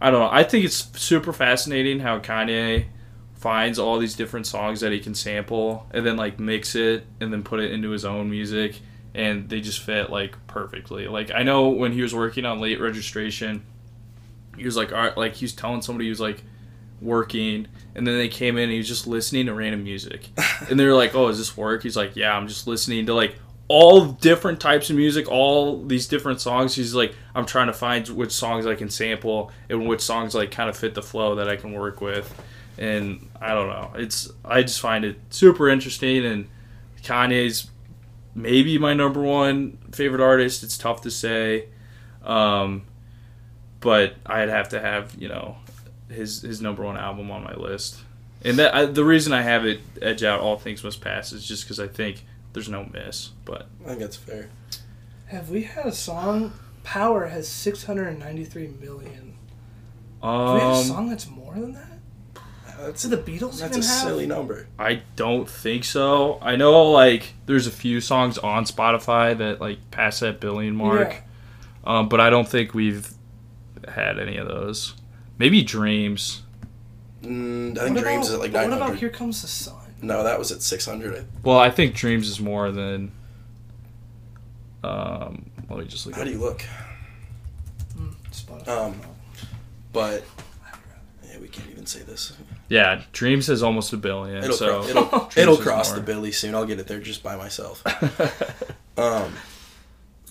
I don't know I think it's super fascinating how Kanye finds all these different songs that he can sample and then like mix it and then put it into his own music and they just fit like perfectly like I know when he was working on late registration he was like all right like he was telling somebody he was like working and then they came in and he was just listening to random music and they were like, "Oh, is this work?" He's like, "Yeah, I'm just listening to like all different types of music, all these different songs." He's like, "I'm trying to find which songs I can sample and which songs like kind of fit the flow that I can work with." And I don't know. It's I just find it super interesting and Kanye's maybe my number one favorite artist. It's tough to say. Um but I'd have to have, you know, his his number one album on my list. And that I, the reason I have it edge out all things must pass is just because I think there's no miss. But
I think that's fair.
Have we had a song? Power has 693 million. Have we had a
um,
song that's more than that?
That's
Do the Beatles
that's
even
a
have?
silly number.
I don't think so. I know like there's a few songs on Spotify that like pass that billion mark,
Yeah.
um, but I don't think we've had any of those. Maybe Dreams.
Mm, I think
What about-
Dreams is at like
but What
900.
about Here Comes the Sun?
No, that was at 600.
Well, I think Dreams is more than. Um, let me just look.
How
Up.
do you look?
Mm, Spotify.
Um,
no.
But yeah, we can't even say this.
Yeah, Dreams has almost a billion.
It'll
so
cro- it'll,
Dreams
it'll
is
cross
more.
the billy soon. I'll get it there just by myself. Um,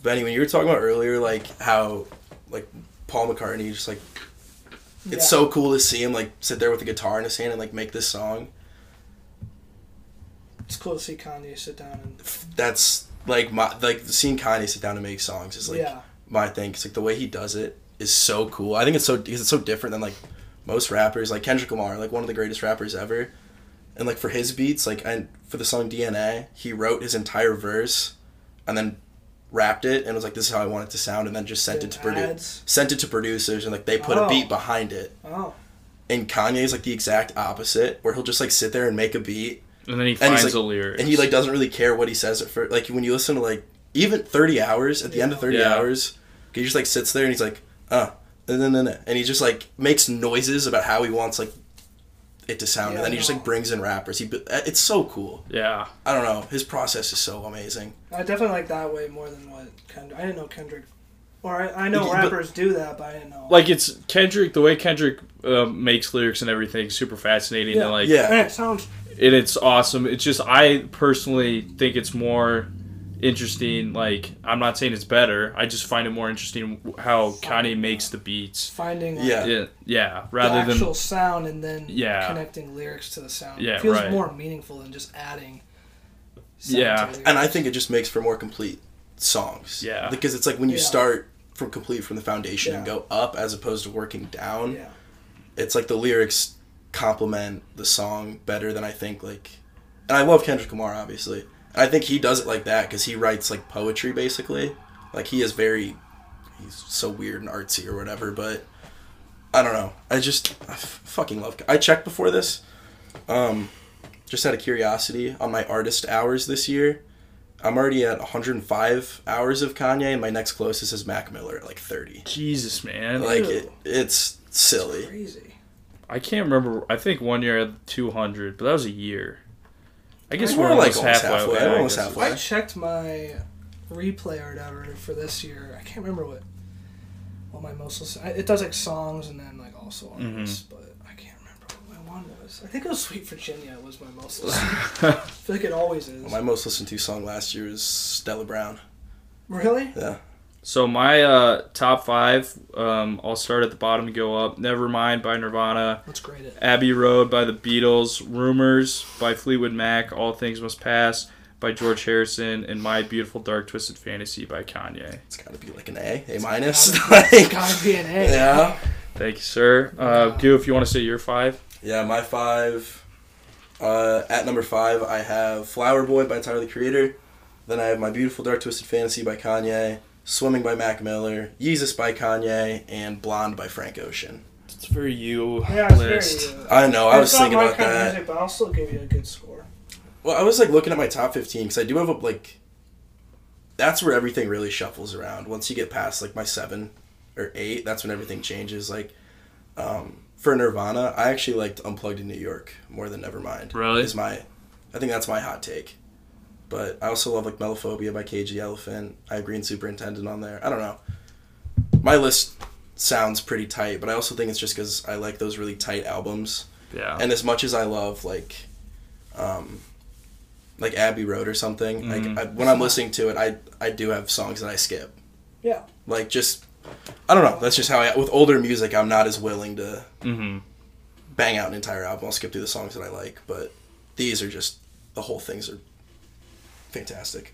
Benny, when you were talking about earlier, like how like Paul McCartney just like
Yeah.
it's so cool to see him like sit there with a guitar in his hand and like make this song.
It's cool to see Kanye sit down and.
That's like my like seeing Kanye sit down and make songs is like
yeah.
my thing. Cause like the way he does it is so cool. I think it's so because it's so different than like most rappers. Like Kendrick Lamar, like one of the greatest rappers ever, and like for his beats, like and for the song DNA, he wrote his entire verse, and then rapped it and was like, "This is how I want it to sound," and then just sent it to
Did
produce,
ads.
sent it to producers, and like they put
Oh.
a beat behind it.
Oh.
And Kanye's like the exact opposite, where he'll just like sit there and make a beat,
and then he
and he's
finds
like,
the lyrics.
and he like doesn't really care what he says at first. Like when you listen to like even thirty hours at the end of thirty
Yeah.
hours, he just like sits there and he's like, uh, and then and he just like makes noises about how he wants like it to sound,
Yeah,
and then he just
no.
like brings in rappers. He uh, it's so cool.
yeah.
I don't know. His process is so amazing.
I definitely like that way more than what Kendrick. I didn't know Kendrick. Or I, I know
But-
rappers do that, but I didn't know.
like it's Kendrick. The way Kendrick uh, makes lyrics and everything is super fascinating.
Yeah.
And like,
Yeah.
and it sounds.
and it's awesome. It's just I personally think it's more interesting. Like I'm not saying it's better. I just find it more interesting how Kanye makes the beats.
Finding. Like,
Yeah.
Yeah, yeah.
The
Rather
actual
than
sound and then
Yeah.
connecting lyrics to the sound
Yeah,
feels
right.
more meaningful than just adding.
Yeah.
And I think it just makes for more complete songs.
Yeah.
Because it's like when you
Yeah.
start from complete from the foundation and
Yeah.
go up as opposed to working down.
yeah,
it's like the lyrics complement the song better than I think. Like, and I love Kendrick Lamar, obviously. And I think he does it like that because he writes like poetry, basically. Like he is very, he's so weird and artsy or whatever. But I don't know. I just I f- fucking love. I checked before this, um, just out of curiosity on my artist hours this year. I'm already at 105 hours of Kanye, and my next closest is Mac Miller at like 30.
Jesus, man.
Like
Ew.
it, it's silly.
crazy.
I can't remember. I think one year I had 200, but that was a year. I guess
We're
we're,
like
almost
almost
halfway.
halfway,
Yeah, I
almost
guess.
halfway.
I checked my replay or whatever for this year. I can't remember what what my most listen- I- it does like songs and then like also artists,
Mm-hmm.
but I can't remember what my one was. I think it was Sweet Virginia was my most. Listened. I feel like it always is.
My most listened to song last year is Stella Brown.
Really?
Yeah.
So my uh, top five, um, I'll start at the bottom and go up. Nevermind by Nirvana,
Let's grade it.
Abbey Road by the Beatles, Rumors by Fleetwood Mac, All Things Must Pass by George Harrison, and My Beautiful Dark Twisted Fantasy by Kanye.
It's gotta be like an A, A minus.
It's
like,
gotta be an A.
yeah.
Thank you, sir. Uh, Goo, if you want to say your five.
Yeah, my five. Uh, at number five, I have Flower Boy by Tyler the Creator. Then I have My Beautiful Dark Twisted Fantasy by Kanye, Swimming by Mac Miller, Yeezus by Kanye, and Blonde by Frank Ocean.
It's for you
Yeah, it's very. Uh,
I know, Oh, I was
it's not
thinking
my
about
kind of
that.
music, but I'll still give you a good score.
Well, I was like looking at my top 15 because I do have a like. That's where everything really shuffles around. Once you get past like my seven or eight, that's when everything changes. Like, um, for Nirvana, I actually liked Unplugged in New York more than Nevermind.
Really?
Is my, I think that's my hot take. But I also love like Melophobia by Cage the Elephant. I have Green Superintendent on there. I don't know. My list sounds pretty tight, but I also think it's just because I like those really tight albums
Yeah.
and as much as I love like, um, like Abbey Road or something,
Mhm.
like I, when I'm listening to it, I I do have songs that I skip.
Yeah.
Like just, I don't know. That's just how I. With older music, I'm not as willing to
mm-hmm.
bang out an entire album. I'll skip through the songs that I like, but these are just the whole things are fantastic.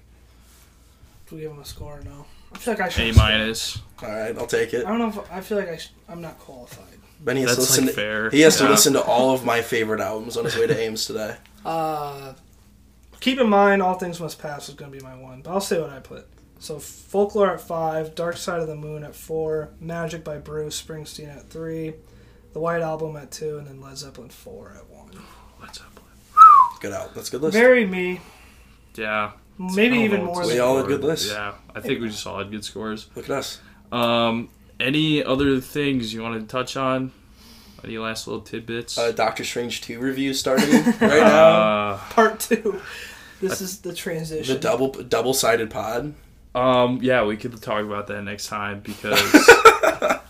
Do we give him a score or no? I feel like I should.
A minus.
All right, I'll take it.
I don't know if I feel like I sh- I'm not qualified.
Benny has to
That's
listen.
like
to,
fair.
He has
Yeah.
to listen to all of my favorite albums on his way to Ames today.
Uh, keep in mind, All Things Must Pass is going to be my one, but I'll say what I put. So, Folklore at five, Dark Side of the Moon at four, Magic by Bruce Springsteen at three, The White Album at two, and then Led Zeppelin four at one.
What's up?
Good out. That's a good list.
Very me.
Yeah.
Maybe
I don't
even
know what
more.
to
We
Than,
all
score.
had good lists.
Yeah, I think we just all had good scores.
Look at us.
Um, any other things you want to touch on? Any last little tidbits?
Uh, Doctor Strange two review starting right now.
Uh,
part two. This is the transition.
The double double sided pod.
um, yeah, we could talk about that next time because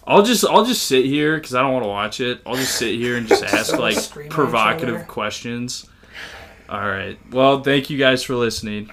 I'll just I'll just sit here because I don't want to watch it. I'll just sit here and just ask like
Scream at each other.
provocative questions. All right. Well, thank you guys for listening.